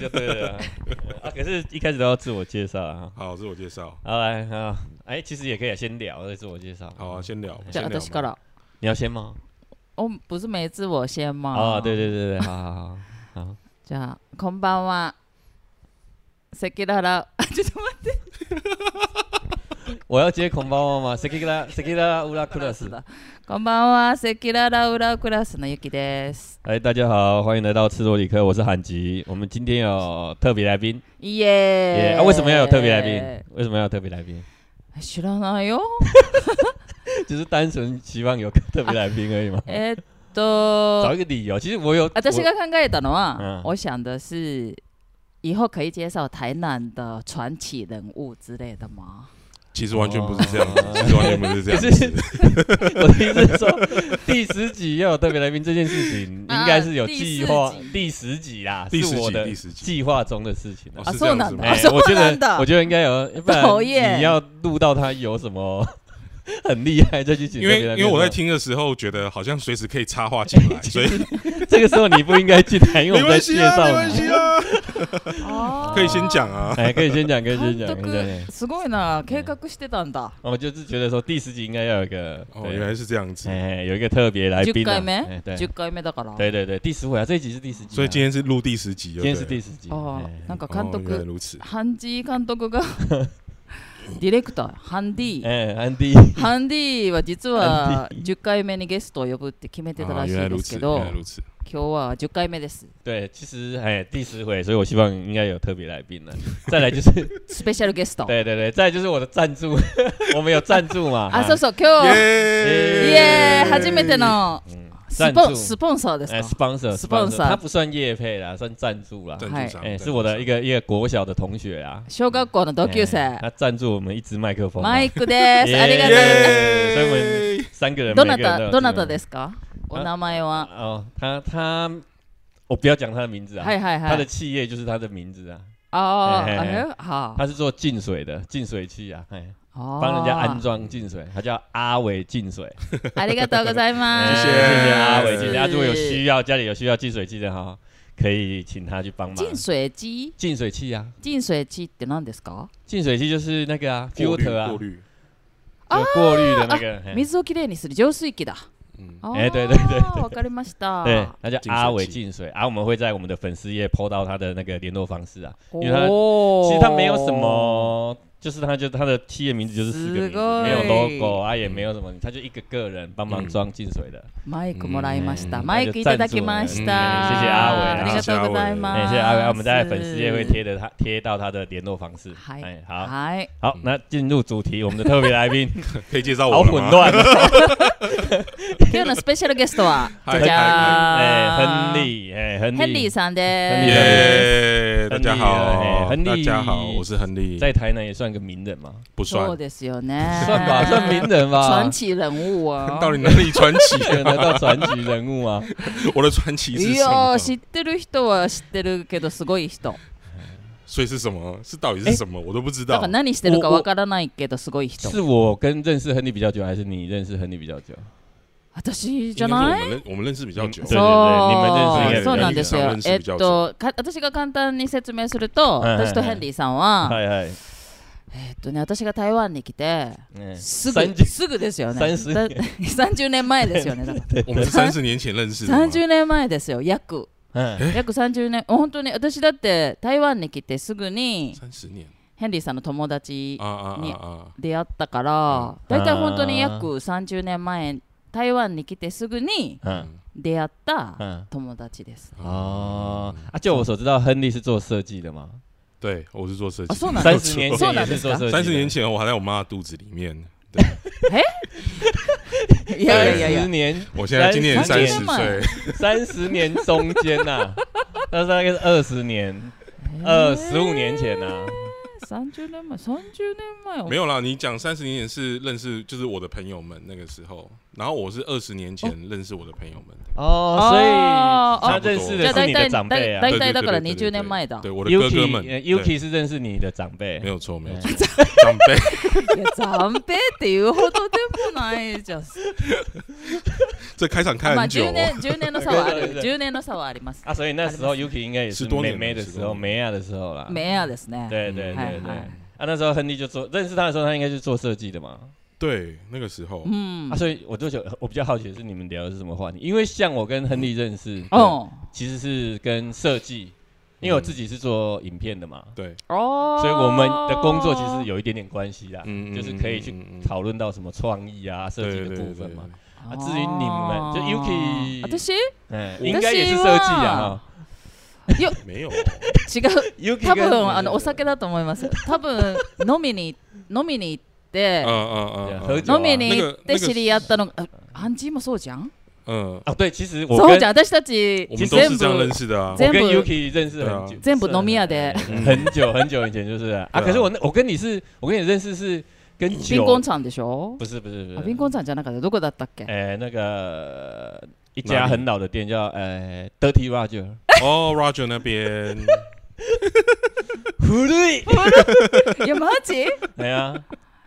就对了啊 啊。可是一开始都要自我介绍啊。好，自我介绍。好来啊，哎，其实也可以先聊再自我介绍。好啊，先聊吧，对先啊聊私か吧。ら。你要先吗？お、不是没自我先吗？哦，对。对对对，好好好。じゃあ、こんばんは。赤裸々。あ、ちょっと待我要接孔包吗？谁给他？谁给他？乌拉库拉って斯。 だ。こんばんは。赤裸々裏クラスのゆきです。哎，大家好，欢迎来到赤裸里克，我是韩吉。我们今天有特别来宾，イエ耶、ーイ。啊！为什么要有特别来宾？为什么要有特别来宾？ 知らないよ。就是单纯希望有个特别来宾而已嘛。えーっ找と一，个理由，其实我有，私我が考えたのは、うん我想的是。以后可以介绍台南的传奇人物之类的吗？其实完全不是这样子哦，其实完全不是 这样可子。是我的意思是说，第十集要有特别来宾这件事情，应该是有计划啊。第十集啦，第十是我集，的第十集，计划中的事情啊哦。あ是这样そうなん子だ吗哎あ、そう我觉なん得，だ我觉得应该有，要不讨然厌你要录到他有什么 很厉害再去请因特别为来宾。啊因为我在听的时候，觉得好像随时可以插话进 来，所以这个时候你不应该进来，因为没我们在关系介啊，绍没关你。系啊，哦可以先讲 啊。哎，可以先讲，可以先監讲，可以先讲督すごいな計画してたんだ。我就是觉得说第十集应该要有一个哦，对原来是这样子，哎有一个特别来宾10啊，回目哎对10回目だから。对对对，第十回啊，这一集是第十集啊，所以今天是录第十集，今天是第十。十集あ哎ーなんか監哦，原来督如此。ハンディ監督がディレクターハンディ哎， 安迪，ハンディは実ハはン10回目にゲストを呼ぶって決めてた啊，らしい原来ん如です此，け原ど来如此。今日は10回目です对，其实哎第十回，所以我希望应该有特别来宾了。再来 就是，スペシャルゲスト对对对，再来就是我的赞助， 我们有赞助嘛？あそう啊是，そう今日イイ耶エーイ初めてのス赞ポ助ンスポンサーです哎か sponsor sponsor 他不算业配啦，算赞助啦。赞はい助商，哎，是我的一个一个国小的同学啊，小学校の同級生哎他赞助我们一支麦克风啊，マイクでイすエーイありがとうございます 耶，所以我们三个人，どな每个人都た有どなた支で麦すかお名前は哦，他他，我不要讲他的名字啊は，いはい他は的い企业就是他的名字啊，あーへーへーえは他是做净水的，净水器啊，哎，あ帮人家あー安装净水，他叫阿伟净水，ありがとうございま哎す。谢谢谢阿伟净水。今天大家如果有需要，家里有需要净水器的哈，可以请他去帮忙净。水机，净水器啊，净水机って何ですか？净水器就是那个啊过滤，filter 啊过，滤，就过滤的那个。嘿水をきれいにする浄水器だ。嗯，あーえ对对对对わかりました。对，他叫阿伟净净水啊，我们会在我们的粉丝页 PO 到他的那个联络方式啊。因为他お其实他没有什。么，就是他就他的企业名字就是四个名す字，ごい没有 logo 啊，也没有什么，他就一个个人帮忙装进水的。マイクもらいました。嗯マイクいただきま嗯した。谢谢阿伟ありがとうござい哎，ます。谢谢阿伟，我们在粉丝页会贴的他贴到他的联络方式。嗨哎，好はい。好，那进入主题，我们的特别来宾，可以介绍好我了混吗？乱 哦，今日のスペシャルゲストは嗨じゃ哎，あ亨利，哎，亨利，ヘンリーさん亨利で耶！大家好，亨利大家好，我是亨利，在台南也算个名人嘛，不す。そ算，うですよね。算吧，算名人吧哎传，奇人物啊。到底哪里传奇？可能到传奇人物 啊。我的传奇是い什や么ー？知ってる人は知ってるけどすごい人 所以是什么？是到底是什么？我都不知だ道から。何してるかわからないけどすごい人是我跟认识亨利比较久，还是你认识亨利比较久？私应该じ是ゃ我们ない認我们认识比较久对嗯，对对你们认识应该そうなんですよヘンリーさん。え認識っ比較と、か私が簡単に説明すると、はいはいはい私とヘンリーさんは、嗨嗨，えっとね、私が台湾に来て、嗯，す三ぐ、十すぐですよね。 30だ30年前ですよね。だから我们是三十年前认识的吗。 30年前ですよ、約。嗯，約30年、本当に私だって台湾に来てすぐに三十年ヘンリーさんの友達啊啊你啊啊！出会ったから、大体本当に約30年前、台湾に来てすぐに嗯啊出会った嗯，友達です。哦，啊，就我所知道，亨利是做设计的嘛，对，我是做设あ、计。そうなん三で十す年そう前な也んですす做设か计的，三十年前我还在我妈肚子里面， いやいやいや十。年，我现在今年30三年十岁，三十年中间呐，那大概是二十年，呃，十五年前啊呐， 30年前30年前没有啦。你讲三十年前是认识，就是我的朋友们那个时候，然后我是二十年前认识我的朋友们的。哦，所哦以差他不多认识じゃ的あ是大你的体长大辈啊大体对だか对ら对对20年前だ。对我的哥哥们，Yuki 呃，Yuki 是认识你的长辈对没，有错，没有错哎，长辈。 いや、暫定っていうほどでもないじゃん。这开场开まあ很久、 10哦，年10年の差はあ对对 る对10年の差はあります啊，所以那时候 Yuki 应该也是十多美年了美的时十候，多年美亚的时候啦。メアですね对对哎嗨对对。嗨啊，那时候亨利就做认识他的时候，他应该是做设计的嘛。对，那个时候う，ん啊，所以我就觉得我比较好奇的是你们聊的是什么话题，因为像我跟亨利认识，哦，お其实是跟设计，因为我自己是做影片的嘛，对，お所以我们的工作其实有一点点关系啦，嗯就是可以去讨讨论到什么创意啊、设计的部分嘛。あ啊至于你们就哦 Yuki 私哎，我应该也是设计啊。哈没有，違う Yuki 多跟你分们あのお酒だと思います多分飲み に飲みに行って嗯嗯对嗯，喝酒飲みに行って知り合ったのがあアンジーもそうじゃん嗯，啊，对，其实我そう跟じゃん私たち我们都全是这样部认识的啊，我全跟部 Yuki 认识很久对啊，全部农民啊的嗯很久很久以前就是啊，啊对啊可是我那我跟你是，我跟你认识是跟貧酒，困さんでしょ不是不是不あ是貧，困さんじゃなかったどこだったっけ哎，那个呃一哪家里很老的店叫呃 Dirty Roger，哦，Roger 那边，古瑞， いやマジ哎呀，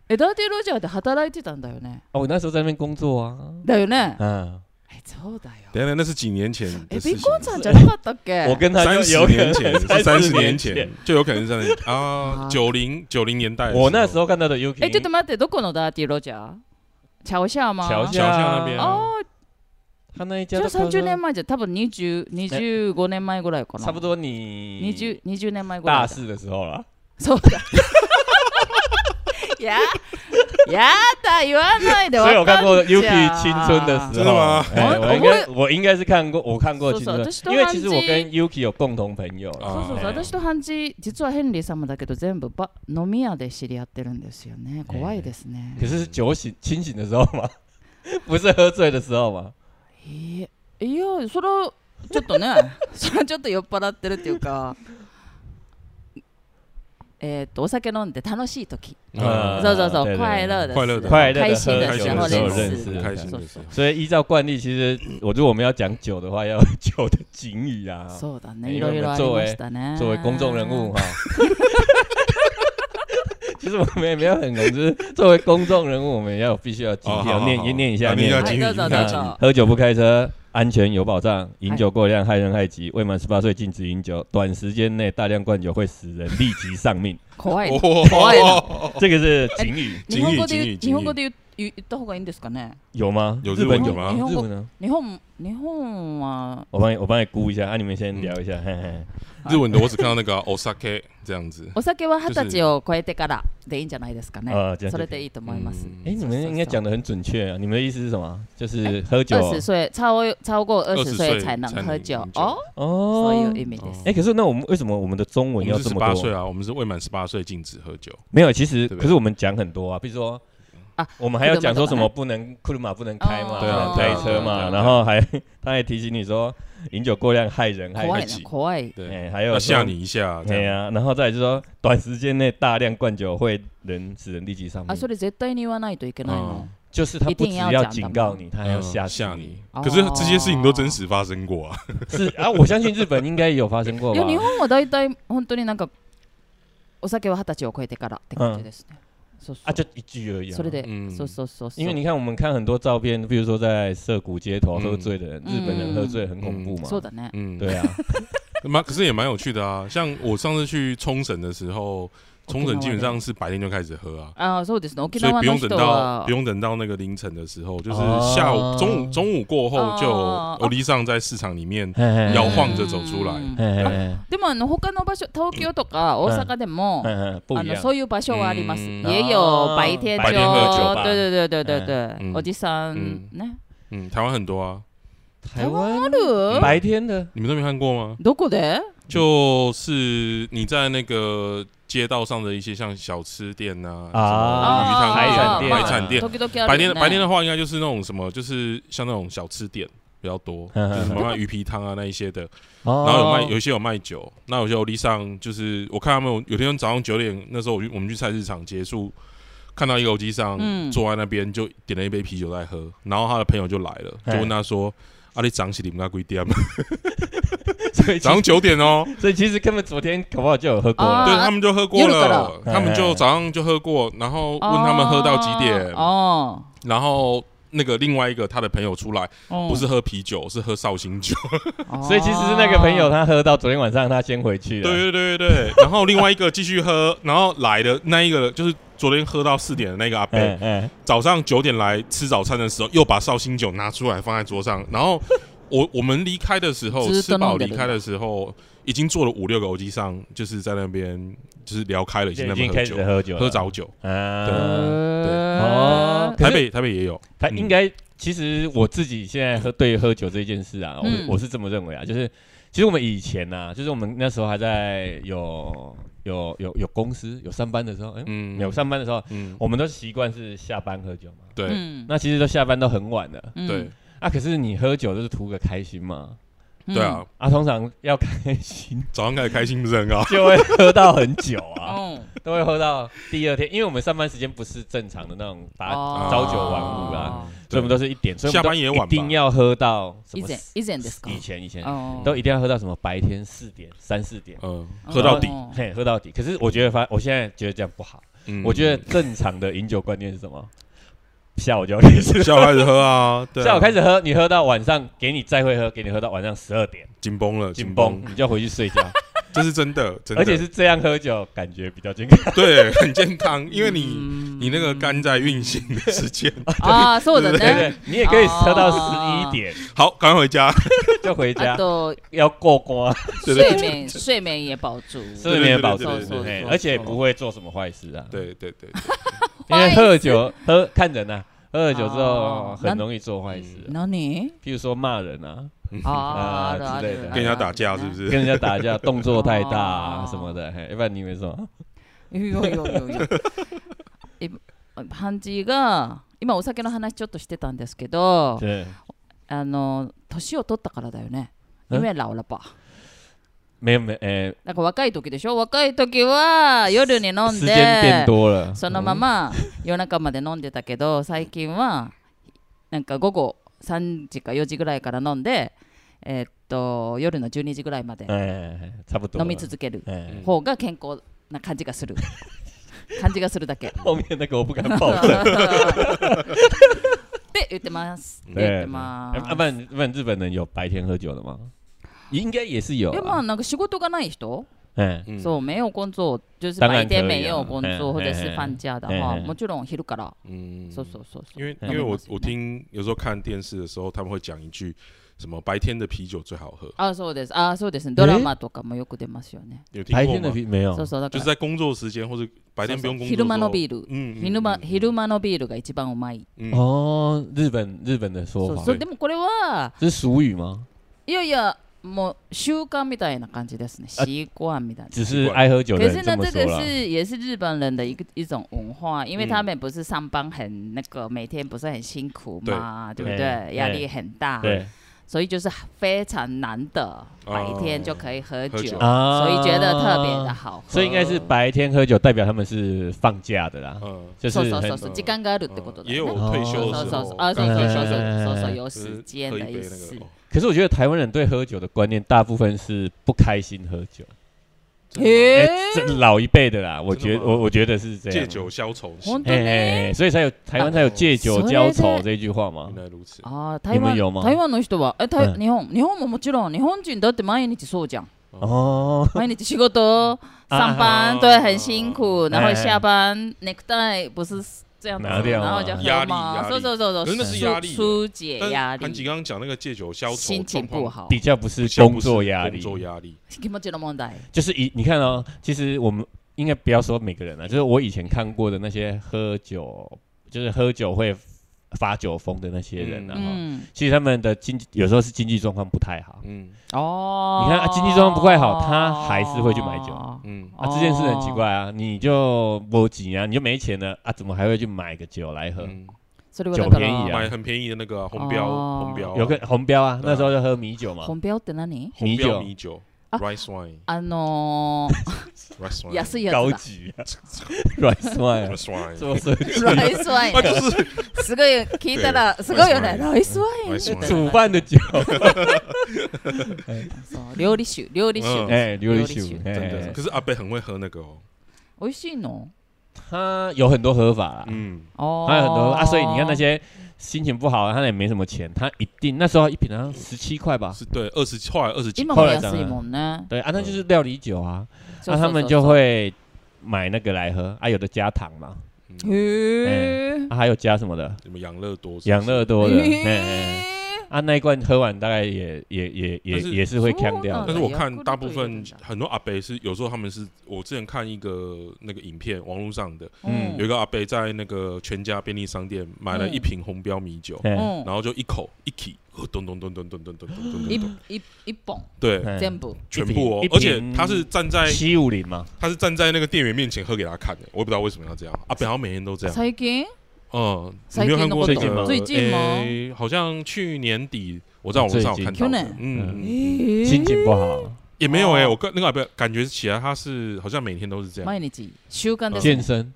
エダーティ・ロジャーで働いてたんだよね哦我那时候在那边工作啊，だよね嗯，えそうだよ 等一下那是几年前え的事貧情，困さんじゃなかったっけ我跟他三就十有可年能 前，是三十年前前，，就有可能是三十年啊，九零九零年代的，我那时候看到的 Yuki，えちょっと待ってどこのダーティ・ロジャーチャオシャーマン桥シャ下桥下那边啊あー他那一じ家ゃあ都差不30多年前じゃん多分20 25年前ぐらいかな差不多你 20, 20年前ぐ大らいだ四的时候了，そうだややだ言わないで所以我わか看ん过ない Yuki 青春的时候，真的吗哎我应该我应该是看过，我看过是青是春这是，都因为其实我忘记跟 Yuki 有共同朋友啦啊そうそうそう哎私とハンジ実はヘンリー様だけど全部ば飲み屋で知り合ってるんですよね怖いですね可是是酒醒清醒的时候吗？ 不是喝醉的时候吗？えーいやそれはちょっとね それはちょっと酔っ払ってるっていうかえーっとお酒飲んで楽しい時啊啊，そうそうそ对う对对快乐快乐的快乐的开心喝酒的时的候时候认认识识的开心そう的そう时候。所以依照惯例，其实我如果我们要讲酒的话，要有酒的警语啊。そうだえねーいろいろありましたね作为公众人物哈， 其实我们也没有很公，就是作为公众人物，我们也要有必须要警哦惕，好要好念好也念一下，啊念一下一下警语はいどうぞ念一どう下ぞ喝酒不开车，安全有保哎障，饮酒过量害人害己，未满十八岁禁止饮酒，短时间内大量灌酒会使人立即丧命，怖いね怖いな哦， 这个是警语日本語ジンギで言うジンギ日本語で言う言言った方がいいんですかね有吗？哎有日日本文有有吗？吗日？本日語文呢？日本日本は我帮你，我帮你估一下，啊，你们先聊一嗯下，嘿嘿。啊日文的我只看到那个啊 osake 这样子。お酒は二十歳を超えてからでいいんじゃないですかねあーじゃあそれでいいと思います嗯哎，你们应该讲的很准确啊，你们的意思是什么？就是喝酒哎哦二十岁超超过二十岁岁才能才能喝饮酒酒哦，哦そういう意味です。哎、可是那我们为什么我们的中哦我文哦要们是这十么八多？岁啊，我们是未满十八岁禁止喝酒。没有，其实对不对可是我们讲很多啊，比如说啊我们还要讲说什么不能库鲁玛不能开嘛，哦不能对开车啊对嘛，啊然后还 他还提醒你说饮酒过量害人害怖い己，な怖い。哎、对，还有要吓说。你一下。对这样啊，然后再来就是说短时间内大量灌酒会人使人立即丧あ、命そ，れ絶対に言わないといけないの。就是他不啊一只定要要讲的警吗告你，他还要嗯哎吓死吓你你。哦可是这些事情都真实发生过啊。是啊，我相信日本应该也有发生过い吧や、？日本は大体本当になんかお酒は二十歳を超えてからって感じですね。そうそう啊，就一句而已、啊。それで、嗯そうそうそうそう。因为你看，我们看很多照片，比如说在涩谷街头喝醉的人，嗯日本人喝醉很恐怖嘛。そうだね。嗯，对 啊，蛮可是也蛮有趣的啊。像我上次去冲绳的时候，冲绳基本上是白天就开始喝啊。あー、そうですね。沖所以縄不用等の人到は不。用等到那个凌晨的时候，就是哦下午中午中午过后就哦欧丽上在市场里面，摇摇晃着走出来う ん嗯でもあの他の場所、東京とか大阪でも。嗯，不あ一の样そういう場啊所はあります。うん也有白天白天喝酒町，吧对对对对对对嗯，おじさん嗯ね。嗯，台湾很多啊，台湾ある？白天的你们都没看过吗？どこで？嗯就是你在那个街道上的一些像小吃店呐、啊什么鱼海汤产店、店啊海产店。時々ある白天よね啊白天的话，应该就是那种什么，就是像那种小吃店比较多， 嗯就是什么卖鱼皮汤啊那一些的。哦然后有卖， 有一些有卖酒，那有些欧丽上就是我看他们有有天早上九点那时候我去我们去菜市场结束，看到一个欧丽上嗯坐在那边就点了一杯啤酒在喝，然后他的朋友就来了，就嘿问他说：“啊，你涨起你们那贵店吗？所以 早上 九点哦。”所以其实根本昨天搞不好就有喝过了。啊对他们就喝过夜了了，过了他们哎哦就早上就喝过，然后问他们喝到几点，哦，然后那个另外一个他的朋友出哦来，不是喝啤酒，是喝绍 兴酒。哦，所以其实是那个朋友他喝到昨天晚上他先回去了，对对对对 对。然后另外一个继续喝，然后来的那一个就是昨天喝到四点的那个阿伯，嗯嗯，早上九点来吃早餐的时候，又把绍兴酒拿出来放在桌上，然后我 我们离开的时候，就是吃饱灯笼的离开的时候，已经坐了五六个欧机上，就是在那边就是聊开了，已经在已那边经喝开始酒，喝酒了，喝早酒。啊，哦哦，可台是北台北也有，他应该，其实我自己现在喝对于喝酒这件事啊，我、嗯我是这么认为啊，就是其实我们以前呐、啊，就是我们那时候还在有有有有公司有上班的时候，哎、嗯，有上班的时候，嗯，我们都习惯是下班喝酒嘛。对嗯那其实都下班都很晚了嗯对啊，可是你喝酒就是图个开心嘛。嗯对啊，啊，通常要开心 早上开始开心不是很好，就会喝到很久啊，哦，都会喝到第二天，因为我们上班时间不是正常的那种打，哦朝九晚五啊啦，所以我们对都是一点，所以我们下都班也晚吧一定要喝到什以么前以前ですか以前以前哦都一定要喝到什么白天四点、三四点，嗯喝到底，哦嘿，喝到底。可是我觉得发，我现在觉得这样不好。嗯我觉得正常的饮酒观念是什么？下午就要开始， 下午开始 喝啊，对啊，下午开始喝，你喝到晚上，给你再会喝，给你喝到晚上十二点，紧绷了，紧绷，你就要回去睡觉。这是 真的， 真的，而且是这样喝酒，感觉比较健康。对很健康，因为你嗯你那个肝在运行的 时间，ああそうだ对对 ね。对，你也可以喝到嗯哦啊十一点好，赶快回 家。就回あ家，と要过关，对睡眠睡眠也饱足。睡眠保对证对，对对对嘿对而且不会做什么坏事啊。对对 对，因为喝酒喝看人啊，喝了酒之后哦嗯很容易做坏事啊，何？譬如说骂人啊，啊，啊あるあ之类る的嗯跟人家打架是不？跟是？人家打架动作太大啊哦什么的，嘿，要不然你以为什么？あるいやいやいやい や。え、ハンジが今お酒の話ちょっとしてたんですけど、对，あの年を取ったからだよね。え夢ラオラパ。没有没有，哎，なんか若い時でしょ。若い時は夜に飲ん时间变で。多了，そのまま夜中まで飲んでたけど最近はなんか午後3時か4時ぐらいから飲んで、えーっと夜の12時ぐらいまで嗯，哎，差不多了，飲み続ける哎，方が健康な感じが する感じがするだけ。后面那个我不敢保 证，って言ってます。って言っ对，てま哎す。啊不然不然日本人有白天喝酒的吗？应该也是有えまあ啊，なんか仕事がない人、嗯，嗯そう、没有工作、就是当然白天可以啊没有工嗯作或者嗯是嗯放假的嗯话，嗯もちろん昼から、嗯そうそうそうそう。因为嗯因为我我听有时候看电视的时候，他们会讲一句什么白天的啤酒最好喝，あ、そうです。あ、そうですね。ドラマとかもよく出ますよね。有听白过天的吗？啤没有そうそうだか就ら是在工作时间或者白天不用工作的时候，昼間のビール嗯，嗯昼間嗯昼間のビールが一番うまい。嗯哦，日本日本的そ说う法そういでもこれは这是俗语吗？いやいやもう習慣みたいな感じですね。あ習慣みたいな。只是爱喝酒可的是人呢这，么这说个了，是也是日本人的一个一种文化，因为嗯他们不是上班很那个，每天不是很辛苦嘛，对对不哎对？压力很大，对所以就是非常难得白天就可以喝喝酒酒，啊所以觉得特别的好喝。所以应该是白天喝酒，代表他们是放假的哦啦，嗯，就是そうそう很そうそう時間があるってことだ也よ有ね。哦退休的そう时そう候そう，，啊，そうそうそうそうそう，有就是时间喝的一意杯思那。个，哦可是我觉得台湾人对喝酒的观念，大部分是不开心喝酒。哎、へえ这老一辈的啦，我觉真的吗我我觉得是这样。借酒消愁，本当嘿，に哎、所以才有台湾才有借酒浇愁这句话嘛原。来如此，你ああ台も湾有吗台湾の人はえ台、うん日本日本ももちろん日本人だって毎日そう じゃん哦，毎日仕事上班对很辛苦然哎后下班 necktie 不是这样子拿掉然啊后就压喝力嘛压力そうそうそ可うそう是那是压疏力耶疏解但是压韩吉力刚刚讲那个借酒消愁，心状情不况好比较不是像工不是作压力工，作压力，気持ちの問題就是以你看哦，其实我们应该不要说每个人啊，就是我以前看过的那些喝酒，就是喝酒会发酒疯的那些人啊，哈嗯其实他们的经济有时候是经济状况不太好。嗯哦你看啊经济状况不太好他还是会去买酒嗯啊，这件事很奇怪啊，你就没钱啊，你就没钱了啊，怎么还会去买个酒来喝？嗯，それは酒だか便宜ら啊买很便宜的那个啊红标哦红标啊，有个红标啊，对啊那时候就喝米酒嘛，本標って何红标米米酒啊，rice wine，rice あの wine， ー安いや高つだ级啊，right wine， rice wine，哎做 生意ライスワイ 那ン就是すごい聞いたらすごいよねライスワイン rice 煮 wine，饭的酒，そう料理酒料理酒嗯哎，琉璃琉璃酒酒，哎真的。可是阿贝很会喝那个哦， 美味しいの他有很多合法啦，嗯，哦，他有很多啊，所以你看那些心情不好，他也没什么钱，他一定那时候一瓶好像十七块吧，是对，二十后来二十几今ももほら安いもんね。对啊，那就是料理酒啊， 那、そうそうそうそう他们就会买那个来喝啊，有的加糖嘛，へー啊还有加什么的，什么养乐多是不是，哎养乐多的，嘿嘿嘿へー啊那一罐喝完大概也也也也但是也是会呛掉そう的但なん是だ我看大部ヤ分クルト入れるんだ很多阿伯是有时候他们是我之前看一个那个影片，网络上的嗯有一个阿伯在那个全家便利商店买嗯了一瓶红标米酒，嘿うん然后就一口一起，喝咚咚咚咚咚咚咚咚咚嗯一咚咚，一一本对，嘿全部。全部哦嗯一，瓶而且他是站在七五零嘛，他是站在那个店员面前喝给他看的，我也不知道为什么要这样，阿伯好像每天都这样，最近？嗯，你啊最没有近看过的那活动个最近吗诶好像去年底我在网络上有看到最的近，嗯，嗯へー心情不好，也没有哎，哦我跟那个阿伯感觉起来他是好像每天都是这样。毎日習慣です健ね。身，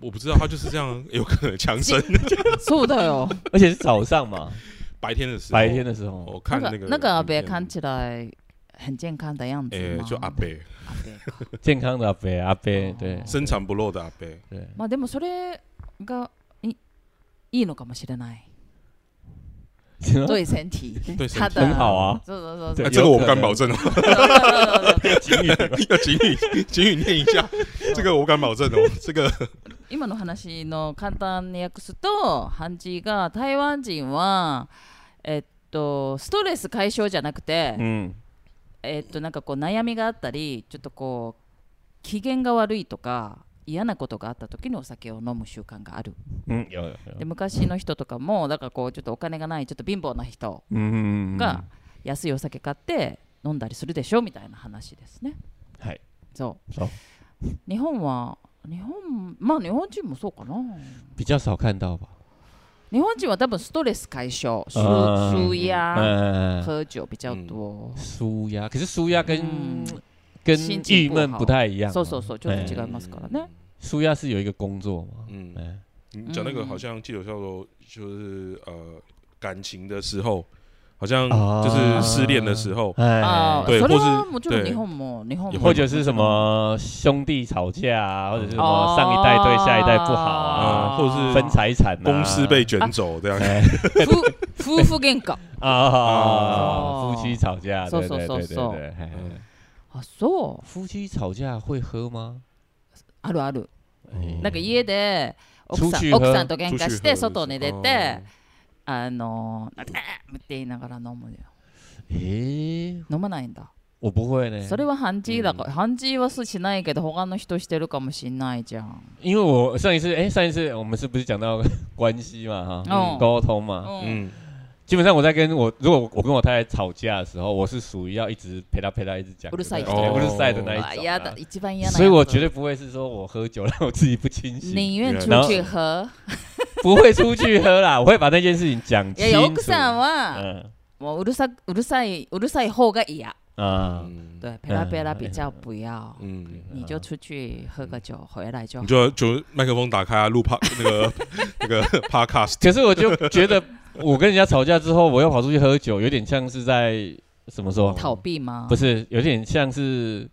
我不知道，他就是这样，有可能强身。そうだ よ。而且是早上嘛，白天的时候，哦白天的时候。我看なん那か个なんか阿影部片看起来很健康的样子诶吗？就阿部。贝，健康的阿伯，阿伯，哦对深藏不露的阿贝，对，まあでもそれがいいいのかもしれない。对身体，对身他体。的很好啊。そうそうそう对哎这个我不敢有可能保证 哦，そう。要警语，警语念一下，这个我不敢保证哦，这个今の話の簡単に訳すとハンジが台湾人はえっとストレス解消じゃなくて、 嗯，えっとなんかこう悩みがあったりちょっとこう機嫌が悪いとか嫌なことがあった時にお酒を飲む習慣がある嗯，有有有，で昔の人とかもだからこうちょっとお金がないちょっと貧乏な人嗯嗯嗯が安いお酒買って飲んだりするでしょみたいな話ですねはいそうそう日本は日本まあ日本人もそうかな比较少看到吧。日本人は多分ストレス解消、舒あー舒压、嗯，喝酒比较多。舒压，可是舒压跟嗯跟心情郁不闷好不太一样啊。そうそうそう、ちょっと違哎いますからね。舒压是有一个工作嘛，嗯，嗯，你讲那个好像记得叫做就是呃感情的时候，好像啊就是失恋的时候，あ哎，ー对それ或は是もちろん对日本も日本也も或者是什么兄弟吵架啊，或者是什么上一代对下一代不好啊，啊或者是分财产啊，公司被卷走这样。哎夫夫婦喧嘩。啊，哦夫妻吵架，嗖对对对嗖嗖对嗖对，哎嗯あ、そう。夫妻吵架会喝吗？あるある。哦哎なんか家で奥さ出ん去喝奥さんと喧嘩出去して喝外に出哦て、あのー、なんかえーって言いながら飲むよ。诶，飲まないんだ。我不会呢，それはハンジーだから、ハンジーはしないけど、他の人してるかもしんないじゃん。因为我上一次，哎，上一次我们是不是讲到 关系嘛，哈，嗯沟通嘛，うん。嗯，基本上我在跟我，如果我跟我太太吵架的时候，我是属于要一直陪她陪她一直讲，うるさい对对人不是赛的那一种啊あ、嫌だ。一番嫌なやつ。所以我绝对不会是说我喝酒让我自己不清醒，寧願出去喝。不会出去喝啦，我会把那件事情讲いやいや清奥楚。さんは嗯もううるさうるさいうるさい方が嫌。啊，嗯对，ペラペラ比较不要。嗯，你就出去喝个酒，回来就你好。就就麦克风打 开啊，录 p 那个那个 podcast，可是我就觉得我跟人家吵架之后，我又跑出去喝酒，有点像是在怎么说？逃避吗？不是，是，有点像是。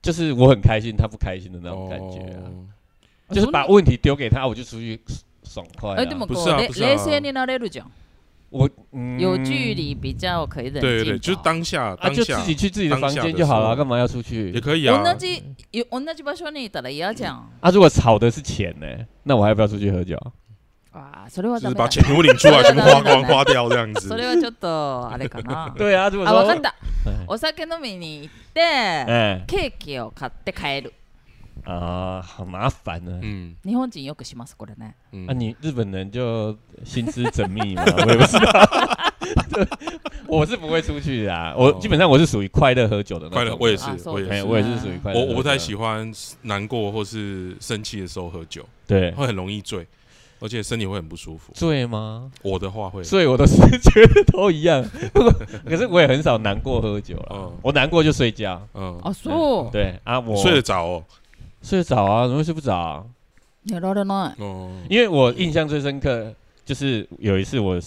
就是我很开心，他不开心的那种感觉啊。哦就是把问题丢给他，我就出去爽快、哎，で啊。もこ不是う啊れ不是啊冷静になれるじゃん。我嗯有距离比较可以冷静。对对对，就是当下啊，当就下自己去自己的房间就好了，干嘛要出去也？可以啊。同じ有同じ場所にいたら嫌じゃん。啊，如果吵的是钱呢、那我还要不要出去喝酒？あ、それは就是ダメ把だ。钱全部领出 来，全部花对对光对花掉这样そ子。れはちょっとあれか な。对啊，如果あ、わかっ说た。お酒飲みに行って哎ケーキを買って帰る。啊，好麻烦呢、嗯日本人よくしますこれね。嗯啊，，你日本人就心思缜密嘛， 我也不知道。 我是不会出去的啊，我哦基本上我是属于快乐喝酒的那种快乐我也是あ、そうです我哎、ね我也是属于快乐喝酒我的。我不太喜欢难过或是生气的时候喝酒，对会很容易醉，而且身体会很不舒服。醉吗？我的话会，所以我都是觉得都一样。不过可是我也很少难过喝酒了，嗯我难过就睡觉。嗯，あ、そう。对啊，我睡得着哦，睡得早啊，怎么会睡不着啊、やられない。哦，因为我印象最深刻就是有一次我，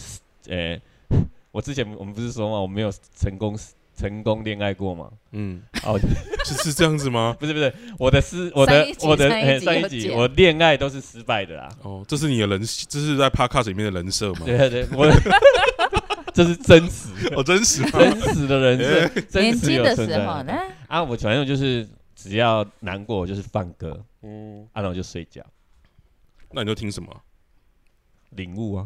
呃、我之前我们不是说嘛，我没有成功成功恋爱过吗？嗯，啊，我是是这样子吗？ 不是不是，我的失我的上一集我的上一嘿集上有一集讲我恋爱都是失败的啦。哦，这是你的人，这是在 Podcast 里面的人设 吗？对对，我这是真实哦，真实吗？真实的人生，真年实轻有的存时在候呢，啊，我反正就是只要难过我就是放歌，哦，啊，然后就睡觉，那你就听什么？领悟啊。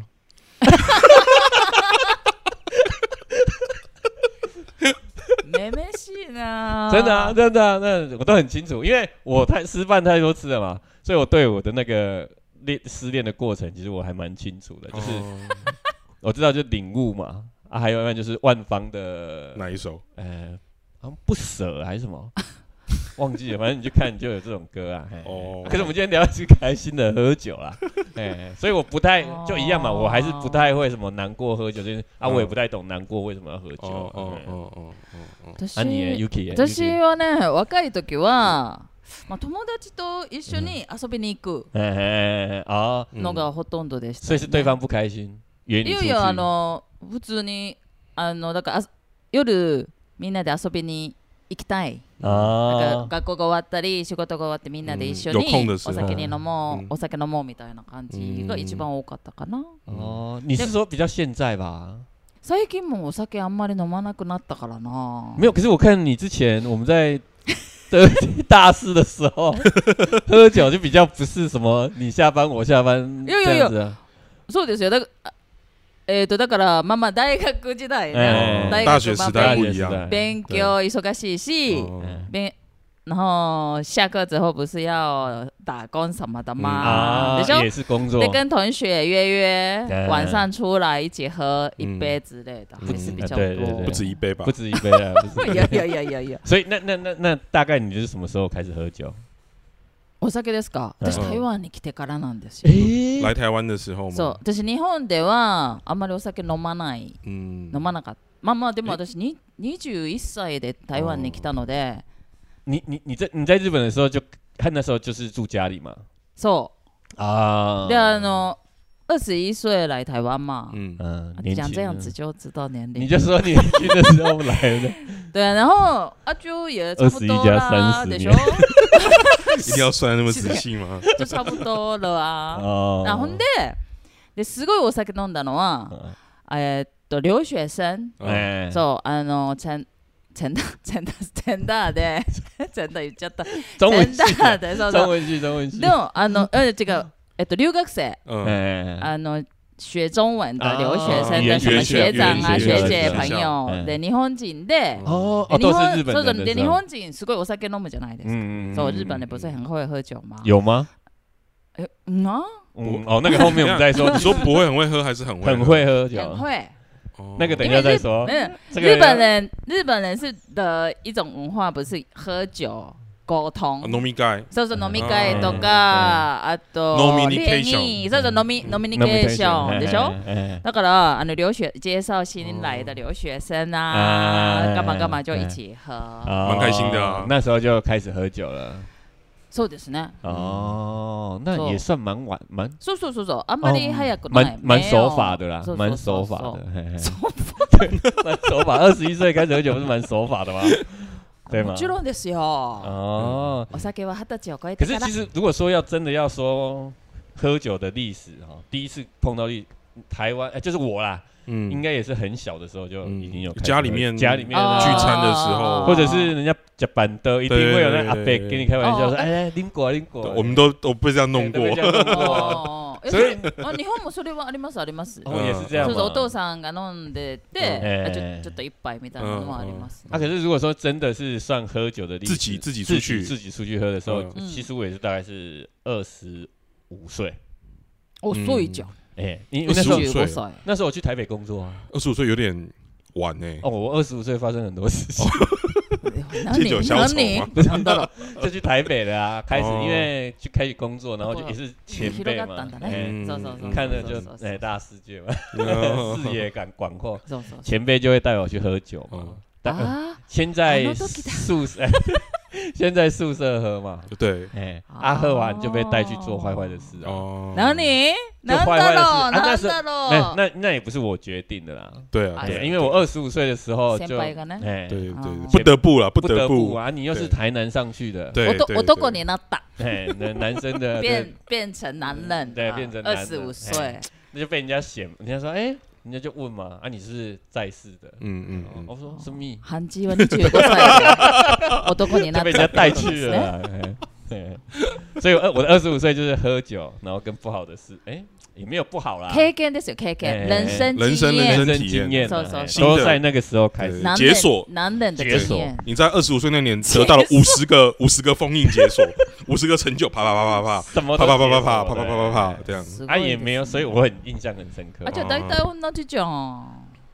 めめしいな。真的啊，，真的啊，那我都很清楚，因为我太失败太多次了嘛，所以我对我的那个恋失恋的过程，其实我还蛮清楚的，就是哦 我知道就领悟嘛，啊，还有一半就是万芳的哪一首？呃，好像不舍还是什么， 忘记了，反正你去看就有这种歌啊。嘿哦可是我们今天聊的是开心的喝酒 啦，哎，所以我不太就一样嘛，我还是不太会什么难过喝酒，就是啊，嗯我也不太懂难过为什么要喝酒。哦哦嗯哦哦哦哦，私啊，你耶 Yuki，耶私 Yuki はね若い時は、まあ、友達と一緒に遊びに行哎哎哎哎哦，くの嗯がほとんどでした、所以是对方不开心，约い你出よ去。いよあの普通にあのだからあ夜みんなで遊びに行きたいな啊んか学校が終わったり仕事が終わってみんなで一緒うんよ空にでおすね酒に飲もう、うんお酒飲もうみたいな感じが一番多かったかな、嗯哦，你是说比较现在吧？最近もお酒あんまり飲まなくなったからな没有，可是我看你之前我们在 的大四的时 候喝酒，就比较不是什么你下班我下班有有这样子啊。そうですよだからあえー、とだからまあまあ大学時代ね、ええ大大学学时時代代不一样。大学时代勉强忙しいし、哦嗯勉然后下课之后不是要打工什么的吗？啊你，就也是工作得，跟同学约约对，晚上出来一起喝一杯之类的，嗯还是比较嗯对对对多。不止一杯吧不？止一杯 啊，不止一いや杯。いやいやいやいや。所以那那那那大概你是什么时候开始喝酒？お酒ですか？うん私台湾に来てからなんですよ。诶来台湾的时候そう吗？、私日本ではあんまりお酒飲まない、嗯飲まなかった。まあまあでも私に21歳で台湾に来たので、你你你在你在日本的时候就，他那时候就是住家里嘛。そ啊う。であの21岁来台湾嘛。 嗯嗯啊，年讲轻这样人子就知道年 龄。你就说你年轻的时候来的，对，然后阿啾也差不多21加啦，30得年说一定要算那么仔细吗？就差不多了 啊。哦然后呢，ですごいお酒飲んだのは、嗯えーっと留学生、哎，哎，そうあのチェンチェンダ チェンダチェンダーで チェンダー言っちゃ った。チ中ェ文ン系ダーでそう中そう。文系中文系で。もあ のうん違うえっと留学生嗯，哎，あの学中文的留学あ生ー的什么原学長原学啊学原姐学朋友嗯で日本人で。哦で哦，日都本是日本そうそう人的で时日候，本人すごいお酒飲むじゃないですか。嗯そう日本で不是很会喝酒吗？有吗？えうんあ嗯，哦，那个后面我们再说，你说不会很会喝还是很会喝？ 很会喝酒，很会。哦。那个等一下再说。嗯，这个日本人日本人是的一种文化，不是喝酒沟通啊。飲み会そうそう飲み会とか、あと飲みニケー恋ションにそうそう飲み飲みニケーションでしょ？哎だからあの留学介绍新来的留学生啊啊，干嘛干嘛就一起喝。蛮蛮开心的啊哦那时候就开始喝酒了。そうですね。哦，那也算蛮晚，蛮そうそうそうそう。あんまり早くない蛮。蛮没有守法的啦そう，そう蛮守そうそう法的，嘿嘿守蛮守法。二十一岁开始喝酒不是蛮守法的吗？对吗も？ちろんですよ。哦，お酒は二十歳を超え可て是から其。实如果说要真的要说喝酒的历史哈、第一次碰到历台湾、哎就是我啦，应嗯，该也是很小的时候就已经有嗯开始喝、家里面家里面哦啊、聚餐的时候或者是人家讲板凳，一定会有那阿伯对对对跟你开玩笑说：“哦哎，哎拎果拎果。”我们都都被这样弄过哎对。都被这样弄过，あ ーえ所以あ日本もそれはありますあります。哦也是这样そう嘛そうお父さんが飲んでて、えあえちょちょっと一杯みたいなのもあります。啊，可是如果说真的是算喝酒的历史，自己自己出自去自己出去喝的时候，嗯嗯其实我也是大概是二十五岁，おうん遅いじゃん。哎，因为二那十时候25五歳。那时候我去台北工作啊，二十五岁有点晚欸呢。 哦，我二十五岁发生很多事情，哦 何酒消愁何吗？なんだろう。就去台北了啊，开始啊哦因为去开始工作，然后就也是前広辈が嘛ったんだ，哎ね。そうそうそう。看着そう就そう哎大世界嘛，嗯视野感广阔，そうそうそう。前辈就会带我去喝酒嘛哦。但あ先あ在の時だ宿舍， 先在宿舍喝嘛，对哎，哦啊喝完就被带去做坏坏的事啊，哦ー。何？就なん坏坏だ的事啊那ろう、なん是那だろう。那那也不是我决定的啦，对啊，哎对啊对，因为我二十五岁的时候先就輩がね哎对对啊对，不得不了，不不得得不不，啊，你又是对台南上去的，对，男对男になった。哎，男男生 的变变成男人，对变成男二人十五哎岁，那就被人家嫌，人家说，哎、人家就问嘛，啊，你是在世的，嗯嗯哦嗯，我说是密，半地は二十五歳で男にな就っ被人家たって带こと去です了ね。啦。哎 对，所以我二我的二十五岁就是喝酒，然后跟不好的事，哎、也没有不好啦，経験ですよ経哎験、人生人经生人人验、生经验そう啦，そう哎新的都在那个时候开始对。男解人锁男人的解经锁验。你在二十五岁 那年得到了五十个五十个封印解锁， 五十个成就，啪啪啪啪啪，什么啪都啪啪接啪受啪啪啪啪啪啪，对这样。すご啊いです也没有，所以我很印象很深刻啊あ。じゃあ大体同じじゃん。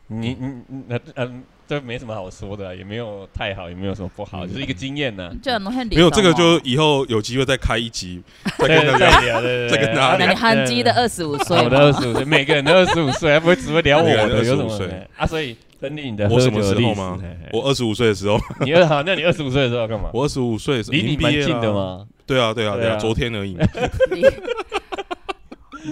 你你你那嗯，这没什么好说的啊，也没有太好，也没有什么不嗯好，就是一个经验呢。じゃああのヘンリー啊没有这个，就就以后有机会再开 一集，再对跟大对家 对，再跟大家那聊你汉基哎的二十五岁我的二十五岁，每个人都二十五岁，还不会只会聊我每个人的，有什25么岁呢啊？所以等你你的我喝什酒么时的历候史吗嘿嘿？我二十五岁 的时候，你二好，那你二十五岁的时候要干嘛？我二十五岁的时候离你蛮近的？已经毕业了啊吗？对啊，对啊，对对啊，啊昨 天而已。ま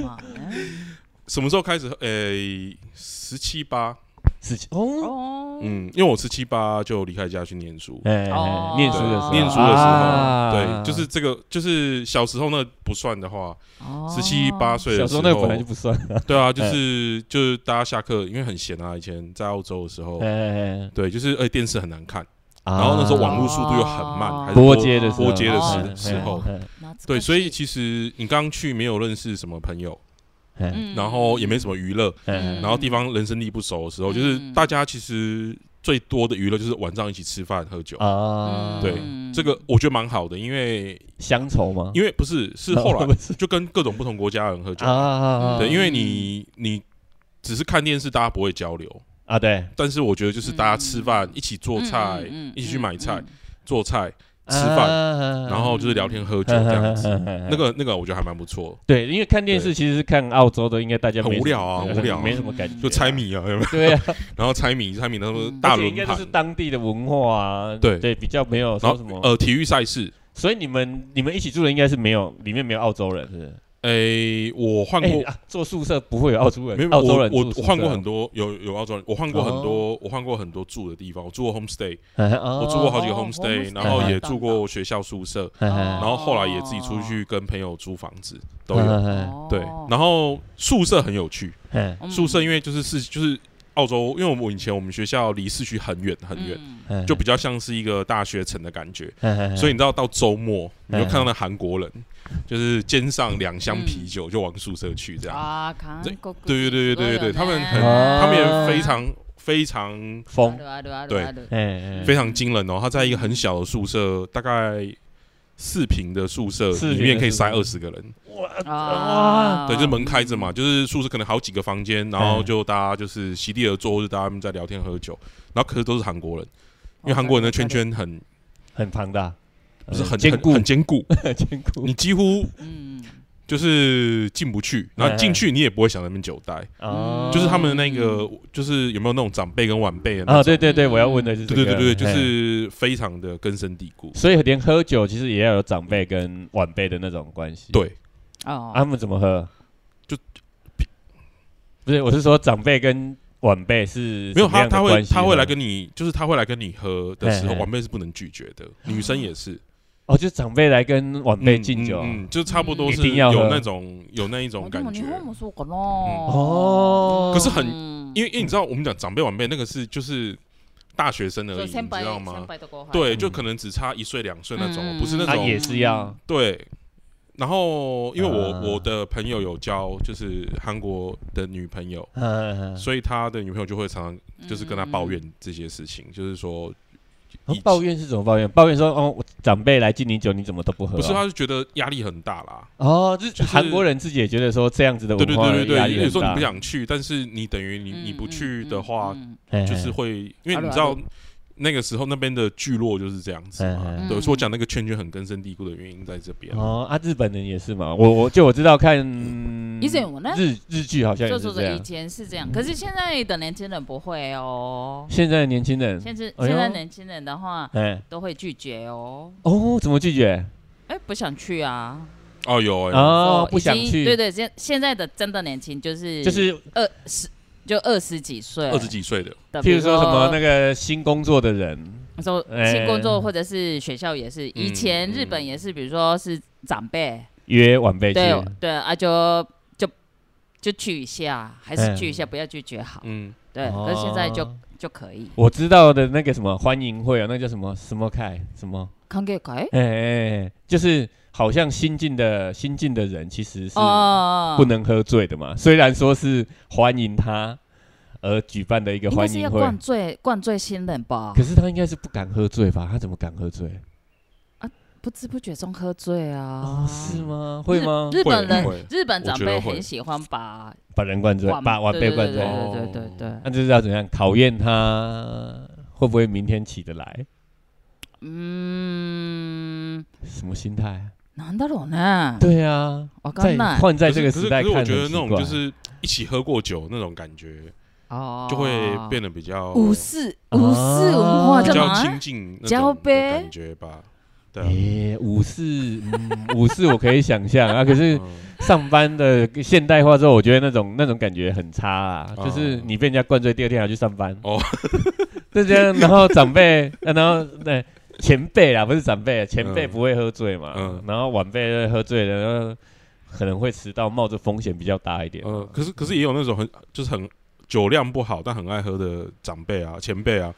あね。什么时候开始喝？诶，十七八，十七哦，哦嗯，因为我十七八就离开家去念书，哎，哦哎念书的时候，念书的时候，啊对，就是这个，就是小时候那不算的话，哦十七八，岁小的时时候候，那个本来就不算，对啊，就是就是大家下课，因为很闲啊，以前在澳洲的时 候哎，哎，对，就是而且电视很难看，然哦然后那时候啊网络速度又很慢，还是拨啊接的时候拨接的哦时时候，，哎懐かしい对，所以其实你刚去没有认识什么朋友，哎哎嗯然后也没什么娱乐，哎哎然后地方人生地不熟的时候，就是嗯大家其实最多的娱乐就是晚上一起吃饭喝酒。啊，对嗯这个我觉得蛮好的，因为乡愁吗？因为不是是 后来不是就跟各种不同国家的人喝酒啊，啊 对，啊因为你你只是看电视，大家不会交流，啊，对，但是我觉得就是大家吃饭嗯一起做菜嗯嗯嗯，一起去买菜嗯、做菜、吃啊饭，饭然后就是聊天喝酒嗯这样子，那个那个我觉得还蛮不错，对，因为看电视其实是看澳洲的，应该大家很没无什聊啊么很无聊啊没什么感觉啊，就猜谜啊，有没有 对啊，然后猜谜猜谜，然后嗯大而且轮应该就盘是，当地的文化啊，对对，比较没有然说什后么，呃体育赛事，所以你们你们一起住的应该是没有，里面没有澳洲人，是不是？诶，我换哎过啊，做宿舍不会有澳洲没人，有澳洲我人我住宿我舍换过很多有有澳洲人，我换过很哦多我换过很多住的地方，我住过 homestay， 哦，我我住过好几个哦 homestay， homestay 然后也等住等过学校宿舍，然后后来也自己出去跟朋友租房子都有。有，嗯对，哦然后宿舍很有趣，哦嗯宿舍因为就是市就是澳洲，因为我们以前我们学校离市区很远很远，嗯就比较像是一个大学城的感觉。嗯所以你知道到周末，你嗯就看到那韩国人，就是肩上两箱啤酒就往宿舍去这样。啊，韓国对对对对对，他们很，哦他们也非常非常风，あるあるある对ある哎哎非常惊人哦。他在一个很小的宿舍，大概四平的宿舍四平里的面可以塞宿二十个人。啊，哦对，就是门开着嘛，嗯就是宿舍可能好几个房间，然后就大家就是席地而坐，或者大家们在聊天喝酒，然后可是都是韩国人，哦因为韩国人的圈圈很很庞大，不是呃很坚固很很，坚固，很坚固你几乎嗯，就是进不去，然后嗯进去你也不会想在那边久待，啊就是他们那个就是有没有那种长辈跟晚辈的啊，那种对对对，我要问的是这对个，对对对，就嘿是非常的根深蒂固，所以连喝酒其实也要有长辈跟晚辈的那种关系。对，哦啊，他们怎么喝？就不是，我是说长辈跟晚辈是没什有么他样的他会关系他会呢来跟你，就是他会来跟你喝的时候，嘿嘿晚辈是不能拒绝的，女生也是。哦，就是长辈来跟晚辈敬酒啊。嗯，嗯嗯就差不多一是定要喝有那种有那一种で感も日觉。嗯本もそうかな。哦，可是很嗯因为因为你知道，我们讲长辈晚辈那个是就是大学生而已，所以你知先輩道先吗？輩と後輩对，嗯就可能只差一岁两岁那嗯种，嗯不是那他种啊也是要对。然后因为我啊我的朋友有交就是韩国的女朋友，嗯，所以他的女朋友就会常常就是跟他抱嗯怨这些事情，就是说嗯以抱怨是怎么抱怨？抱怨说哦，我长辈来敬你酒，你怎么都不喝啊？不是，他就觉得压力很大啦。哦，就是就是韩国人自己也觉得说这样子的对对文化对对压对，力有很时候你大不，想去，但是你等于你你不去的话，嗯嘿嘿就是会，因为啊你对知啊道那个时候那边的聚落就是这样子嗯嘛，嗯对，嗯所以我讲那个圈圈很根深蒂固的原因在这边。哦啊，日本人也是嘛。我我就我知道看以前我呢，日日剧好像就也是是这说以样。前是嗯这样，可是现在的年轻人不会哦。现在的年轻人，现在哎呦现在年轻人的话哎都会拒绝哦，哦，怎么拒绝？哎，不想去啊，哦，有哎、哦说，不想已经对去，对，现现在的真的年轻就是就是二十就二十几岁，二十几岁的，的，譬如说什么那个个新工作的人，说哎新工作或者是学校也是，以前日嗯本也是，比如说是长辈，约晚辈去，对对啊就就就去一下，还是嗯去一下，不要拒绝好，嗯，对，哦可是现在就就可以。我知道的那个什么欢迎会啊，那叫什么什么凯什么，歓迎会哎、哎哎就是好像新进的新进的人其实是哦不能喝醉的嘛，虽然说是欢迎他而举办的一个应该欢是迎要会，灌醉灌醉新人吧可？是他应该是不敢喝醉吧？他怎么敢喝醉？不知不觉中喝醉啊哦，？是吗？日会吗？日本人会会日本长我觉辈得会很喜欢把把人灌醉，把晚辈灌对醉，哦对对对对对。那就是要怎样考验他会不会明天起得来？嗯，什么心态？なんだろうね。对啊，わか在んない。换在可这是个时代可是可看，是我觉得很奇那种怪就是一起喝过酒那种感觉，哦就会变得比较武士哦武士文化比じゃ较ない亲？近那交种的杯感觉吧。对啊，诶，武士，嗯武士我可以想象啊，可是嗯上班的现代化之后，我觉得那种那种感觉很差啊，哦就是你被人家灌醉，第二天还要去上班。哦哦， 就这样，然后长辈，呃然后对前辈啊，不是长辈，前辈嗯不会喝醉嘛，嗯然后晚辈喝醉了，然后可能会迟到，冒着风险比较大一点。呃，可是可是也有那种很就是很酒量不好但很爱喝的长辈啊、前辈啊、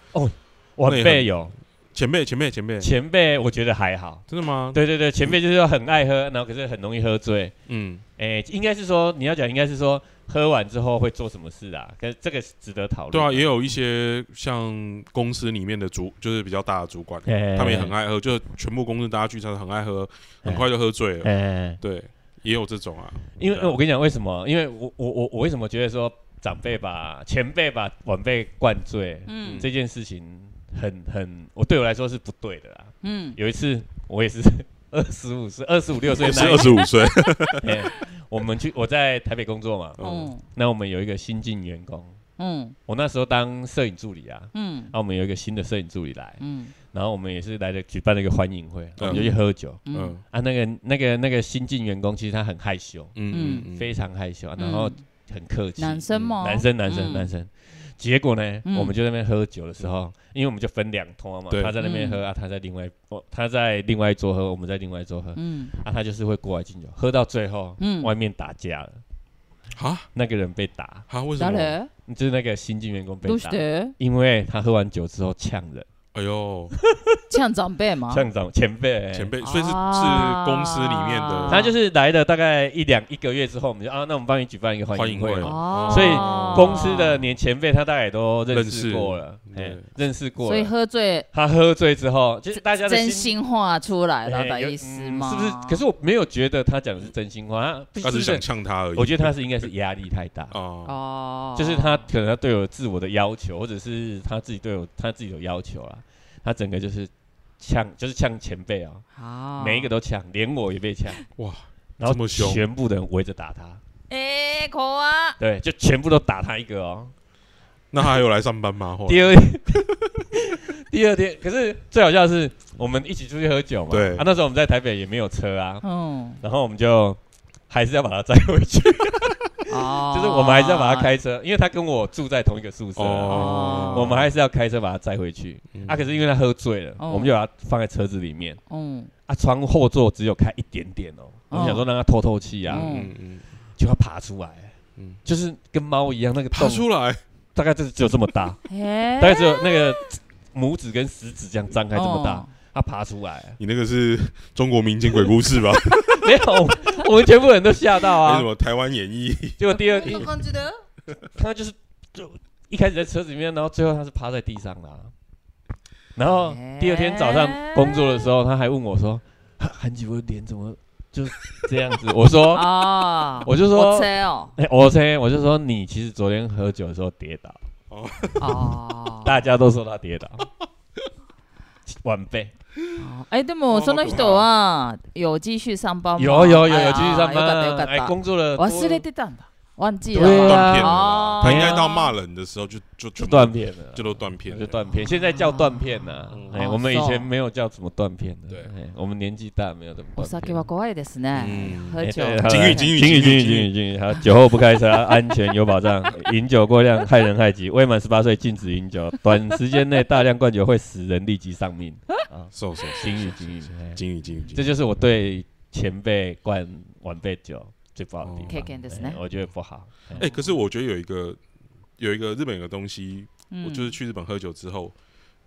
晚那也辈很有，前辈、前辈、前辈，前辈我觉得还好。真的吗？对对对，前辈就是很爱喝，然后可是很容易喝醉。嗯，诶，应该是说你要讲，应该是说喝完之后会做什么事啊？可是这个是值得讨论。对啊，也有一些像公司里面的主，就是比较大的主管，嘿，他们也很哎爱喝，就是全部公司大家聚餐很爱喝，很快就喝醉了。哎，对，也有这种啊，因为对啊我跟你讲为什么？因为我我我我为什么觉得说长辈把前辈把晚辈灌醉、嗯这件事情很很，我对我来说是不对的啦。嗯，有一次我也是 二十五岁、二十五六岁也是那二一十五 岁，年，我们去我在台北工作嘛，嗯嗯那我们有一个新进员工，嗯我那时候当摄影助理啊，嗯那我们有一个新的摄影助理来，嗯然后我们也是来了举办了一个欢迎会，我们就去喝酒。嗯嗯啊，那个、那个、那个新进员工，其实他很害羞，嗯嗯，非常害 아, 羞，然后很客气。男生吗？男生、男生、嗯男生。结果呢，嗯我们就在那边喝酒的时候，因为我们就分两桌嘛对，他在那边喝嗯啊，他在另外，哦，他在另外一桌喝，我们在另外一桌喝嗯啊，他就是会过来敬酒，喝到最后，嗯外面打架了，哈那个人被打，哈，为什么？誰？就是那个新进员工被どうし打，て？因为他喝完酒之后呛人，哎呦，这样长辈吗？呛长前辈，前辈，所以是是啊公司里面的，哎他就是来了大概一两一个月之后，我们就啊，那我们帮你举办一个欢欢迎迎会会嘛。哦，所以公司的年前辈他大概也都认识认识过了，嘿对认识过所以了。喝醉他喝醉之后，就是大家的真心话出来了嘿的有意思嗯吗？是不是？可是我没有觉得他讲的是真心话，他必他只须是是想。呛他而已。我觉得他是应 该是压力太大，啊，哦，就是他可能他对我自我的要求，或者是他自己对我他自己有要求啦。他整个就是呛，就是呛前辈啊，啊每一个都呛，连我也被呛。哇，然这后么凶全部的人围着打他。哎，可啊，对，就全部都打他一个哦。那他还有来上班吗？后来第二天， 第二天，可是最好笑的是，我们一起出去喝酒嘛。对啊，那时候我们在台北也没有车啊，嗯， 然后我们就还是要把他载回去，哦，就是我们还是要把他开车，因为他跟我住在同一个宿舍啊、哦，我们还是要开车把他载回去。嗯啊，可是因为他喝醉了，哦我们就把他放在车子里面。嗯，啊，窗后座只有开一点点哦，我们想说让他透透气啊，哦嗯嗯就要爬出来，嗯，就是跟猫一样那个爬洞，出来，大概就是只有这么 大。哎，大概只有那个拇指跟食指这样张开这么大哦，，它爬出来， 你那个是中国民间鬼故事吧？没有，我们全部人都吓到还是 啊！什哎么台湾演义？结果第二，有感じだよ他就是就一开始在车子里面，然后最后他是趴在地上的啊、然后第二天早上工作的时候，他还问我说：“哈韩吉文脸怎么就是这样子？”我说啊：“，我就我说，猜哦，哎，我猜，我就说你其实昨天喝酒的时候跌倒，あ大家都说他跌倒，晚辈。”あえでもその人は有继续上班吗有有有哎有呀继续上よかった班よ啊，か哎，った工作了多忘れてたんだ忘记对了。啊断片了啦哦。他应该到骂人的时候就就就就断片了，就都断片了，就断片。现在叫断片呐嗯，哎，あ我们以そう前没有叫什么断片的，对哎，我们年纪大没有怎么お断酒片。は怖いですね嗯。喝哎酒。禁欲禁警欲禁语警欲语禁欲警语警语，好，酒后不开车， 安全有保障，饮酒过量害人害己，未满十八岁禁止饮酒，短时间内大量灌酒会使人立即丧命。啊，そうそうそう。警语 警语，哎金鱼金鱼金这鱼，就是我对前辈灌晚辈酒最不好的地方。経験です哎ね我觉得不好。哎哎，可是我觉得有一个有一个日本有个东西，嗯我就是去日本喝酒之后，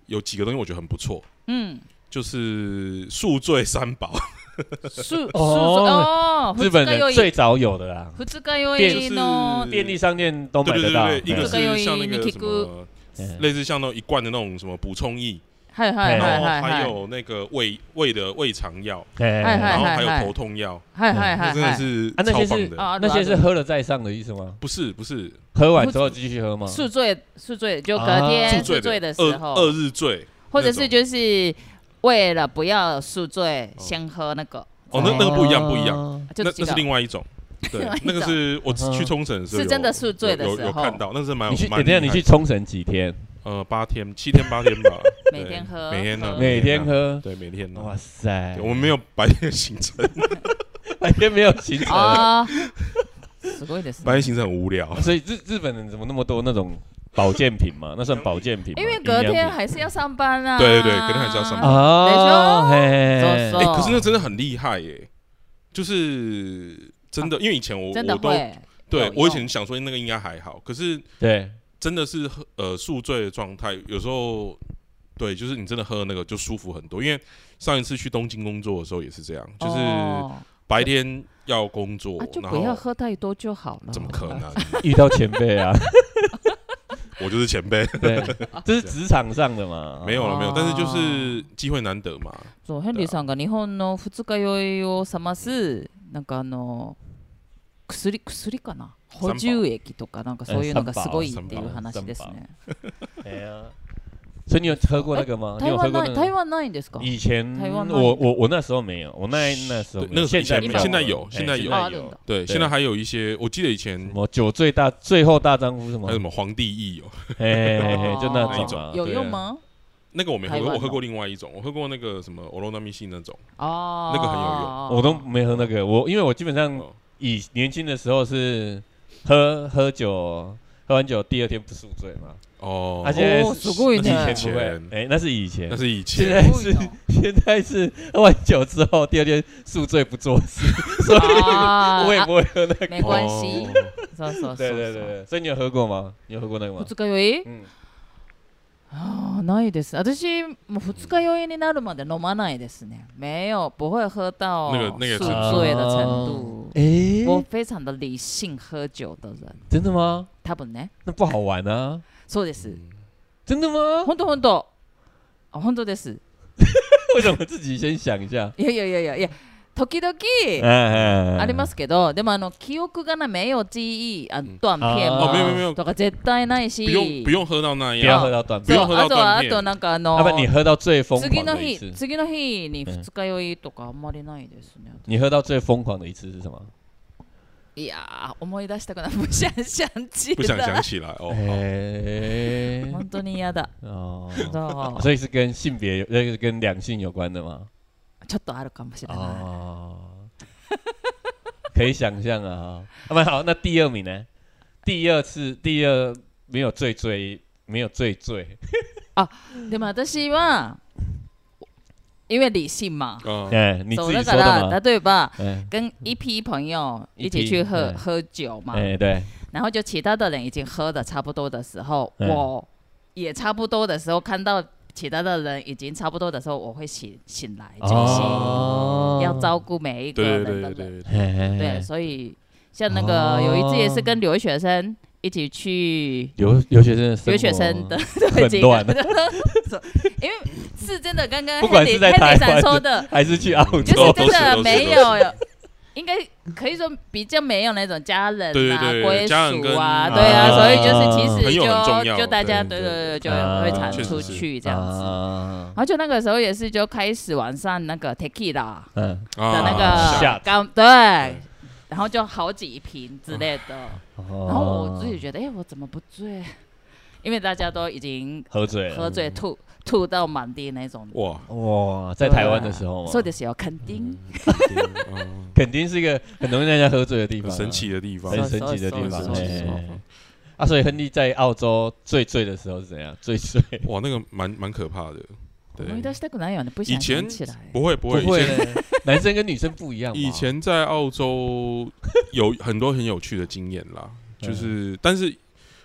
有几个东西我觉得很不错，うん。就是宿醉三宝，すす哦哦日本二日酔人い最早有的啦，二日酔いの便利商店都买对对得到。嗯对对，一个哎这个是像那有个一什么，嗯类似像那种一罐的那种什么补充液，はいはいはい然はい后は还い有那个胃胃的胃肠药，哎哎然哎后哎还哎有头痛药，はいはい那はい真的はい。是啊那些超是棒的。ああ那るあ些る是喝了再上的意思吗？不是不是，喝完之后继续喝吗？哦宿醉宿醉就啊隔天宿哎宿醉醉的时二候，二日醉，或者那是种就是为了不要宿醉，哦先喝那个。哦那那个不一样不一样样。就那这那是个另外一 种，对另外一，种那个是我去冲绳的时候是有真的宿醉的有有时有候，看到，那是嗯蛮你去，啊蛮等一下厉你害去的冲绳几天？呃八天七天八天吧 每天对喝每天呢喝每天喝。对每天哇呢，塞，对我们没有白天的行 程，白天没有行 程，啊，すごいです白天ね。行程很无哦聊，哦所以日日本人怎么那么多那种保健品嘛？那算保健品吗？因为隔营天养品还是要上班啊。对对对隔天还是要上班哦，嘿そう哎，そう可是那真的很厉害耶，就是真的，因为以前我啊真的我都会。对有我以用前想说那个应该还好，可是对，真的是喝呃宿醉的状态，有时候对，就是你真的喝那个就舒服很多。因为上一次去东京工作的时候也是这样，就是哦白天要工作，啊，就然不要后喝太多就好了。怎么可能？遇到前辈 啊，我就是前 辈，对，这是职场上的嘛，没有了没有，哦但是就是机会难得嘛。そうヘンリーさんが日本の二日酔いを覚ますなんかあの薬薬かな補充液とかなんかそういうのがすごいっていう話ですね。哎呀，所以你有喝过那个吗？你台有喝湾过那ない呃台个？湾ないんですか？以前台湾那我我我那时候没有，我那那时候对没有那时候以前没没现在有哎现在有现在ああるんだ有。。对，现在还有一些，我记得以前什么酒醉大最后大丈夫是吗还有？什么皇帝意哦，哎，嘿嘿哦就呃那种啊，有对啊用？吗？那个我没喝台过，湾我哦喝过另外一种，我喝过那个什么欧罗纳米西那种，哦，那个很有用我都没喝那个，我因为我基本嗯上哦以年轻的时候是喝喝酒，喝完酒第二天不宿醉嘛，哦，啊而且おーすごい那是以ね。前不会，哎，那是以前那。是以现前在是现在是喝完酒之后，第二天宿醉不做 事，所以 あ我也不会喝那个。没关系哦。そうそうそうそう。对对对对，所以你有喝过吗？你有喝过那个吗？二日酔い？嗯，ああないです。私もう二日酔いになるまで飲まないですね。没有，不会喝到那个那个宿程度醉的程度。诶我非常的理性喝酒的人，真的吗？多分ね。那不好玩啊！そうです。真的吗？本当本当。あ本当です。为什么自己先想一 下？哎いやいやいやいやいや。時々あ啊ありますけど、でもあの記憶がない名誉記憶あん断片あーあ没有没有とか絶対ないし。不用不用喝到那不要样，喝到断そ不片用，喝到う。あと断はあ片となんかあの要不然你喝到最疯次狂の的一日次，次の日にうん二日酔いとかあんまりないですね。你喝到最疯狂的一次是什么？いやー思い出したくない。不想想起不想想了。起来哦。好哎，本当に嫌だ。哦，そう所以是跟性别有，那个跟两性有关的吗？ちょっとあるかもしれない。哦， 可以想象啊。那么好，那第二名呢？第二次，第二没有最最，没有最最，でも私は因为理性嘛，嗯，哎，你自走己了说噶的嘛啦，。对吧？哎跟一批朋友一一批起去喝嗯喝酒嘛，哎，对，然后就其他的人已经喝的差不多的时候，嗯我也差不多的时候，看到其他的人已经差不多的时候，我会醒醒来酒哦醒，要嗯照顾每一个对人对对的对人，对对，嘿嘿嘿对，所以像那哦个有一次也是跟留学生一起去。留留学生的生活留学生的 对很这乱啊个所以因为是真的，刚刚不管 Henry- 是在台 Henry 湾上 说的，哦还是去澳洲，就是真都是都的是没都有，应该可以说比较没有那种家人对对啊、对归家人属啊，跟啊对啊，啊所以就是朋其友很重实要就就大家对对对对对，就啊会常确实出是去这样子。啊然后就那个时候也是就开始晚上那个 tequila 嗯，的那啊个下刚对，然后就好几瓶之类的，哦然后我自己觉得，哎，我怎么不醉？因为大家都已经喝醉了，喝醉吐吐到满地那种。哇，哇，嗯在台湾的时候嘛，そうですよ、肯定。嗯肯定是一个很容易让人家喝醉的地很方、啊神、奇的地方。很神奇的地そう方。そうそう嘿嘿嘿啊，所以亨利在澳洲最醉的时候是怎样？最醉？哇，那个蛮蛮可怕的。对，思い出したくないよね。不想以前想起来。不会不会，以不会前嘞，男生跟女生不一样嘛。以前在澳洲有很多很有趣的经验啦，就是但是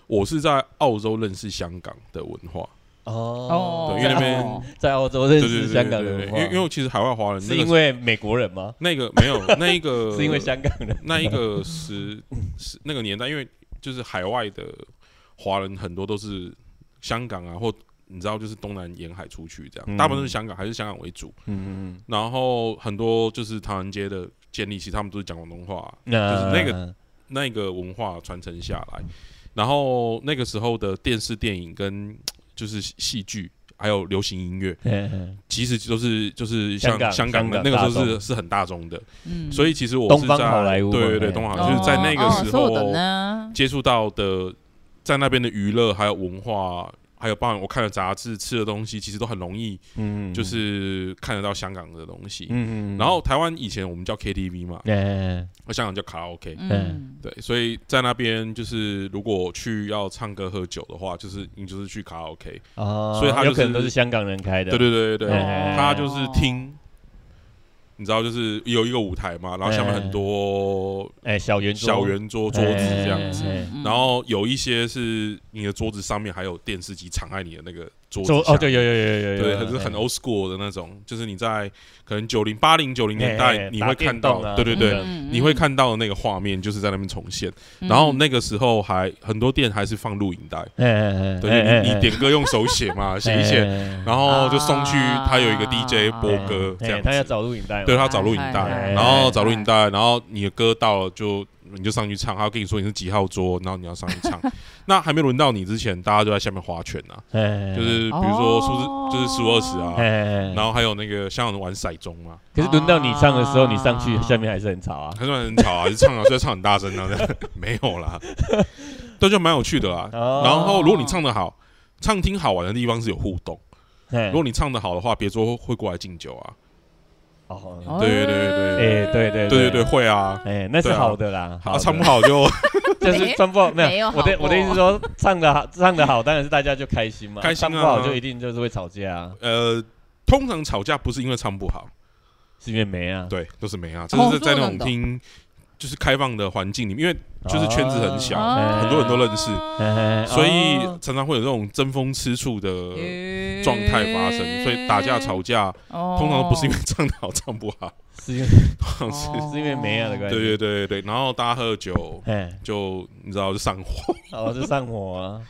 我是在澳洲认识香港的文化，哦，对因为那边哦在澳洲认对对识对香港对人文对因化，为因为我其实海外华人是那个呃因为美国人吗？那个没有那一个是因为香港人？那一个时时那个年代，因为就是海外的华人很多都是香港啊，或你知道就是东南沿海出去这样，嗯大部分都是香港，还是香港为主。嗯嗯嗯，然后很多就是唐人街的建立，其实他们都是讲广东话、那嗯就是那个那个文化传承下来。然后那个时候的电视、电影跟就是戏剧，还有流行音乐，个其实都是就是像香港香港香港的那个时候大是是很大众的，嗯所以其实我东是方在好莱坞嘛对对哎对，东方哦就是在那个时哦そうだ候ね接触到的，在那边的娱乐还有文化，还有包含我看的杂志、吃的东西，其实都很容易嗯就是看得到香港的东西。嗯然后台湾以前我们叫 KTV 嘛，哎那香港叫卡拉 OK，嗯对，所以在那边就是如果去要唱歌喝酒的话，就是你就是去卡拉 OK，哦，所以他有就是可能都是香港人开的，对对对对嘿对嘿，嘿他就是听，你知道就是有一个舞台嘛，然后下面很多哎小圆桌小圆桌桌子这样子，子嗯嗯然后有一些是你的桌子上面还有电视机藏在你的那个桌桌子哦下，对有有有有有，对，有很是很哎 old school 的那种，就是你在可能九零八零九零年嘿嘿代嘿你打会电看动啊到，对对对嗯，你会，看到的那个画面就是在那边重现。嗯然后那个时候还很多店还是放录影带，哎哎哎对你你哎点歌用手写嘛，写一写，哎然后就送去啊他有一个 DJ 播歌哎这样他要子，找录影带嘛，对他找录影哎哎哎带，然后找录影带，然后你的歌到了就你就上去唱，他跟你说你是几号桌，然后你要上去 唱。那还没轮到你之前，大家就在下面划拳啊，哎就是比如说数字就是十五二十啊哎，哎哎然后还有那个香港人玩骰盅嘛，可是轮到你唱的时候，你上去啊下面还是很吵啊。还算很吵啊，就唱啊，虽然唱很大声啊，没有啦，对，就蛮有趣的啦。然然后如果你唱的好，唱听好玩的地方是有互动。如如果你唱的好的话，别桌会过来敬酒啊。哦，哦对对对对哎对对对对对，会啊。哎，那是对啊好的啦，啊，的唱不好 就就是唱不好没没有有。好我的过我的意思说，唱的好，唱的好，当然是大家就开心嘛。开心啊唱不好就一定就是会吵架啊，呃，通常吵架不是因为唱不好，是因为没啊，对，都是没啊，这哦是在在那种这个听就是开放的环境里面，因为就是圈子很小哦哎很多人都认识哎所以哦常常会有这种争风吃醋的状态发嗯生，所以打架吵架通通常都不是因为唱的好唱不好，是因为通常 是是因为没啊的关对系。对对对对，然后大家喝酒哎，就你知道就上火，哦，就上火啊，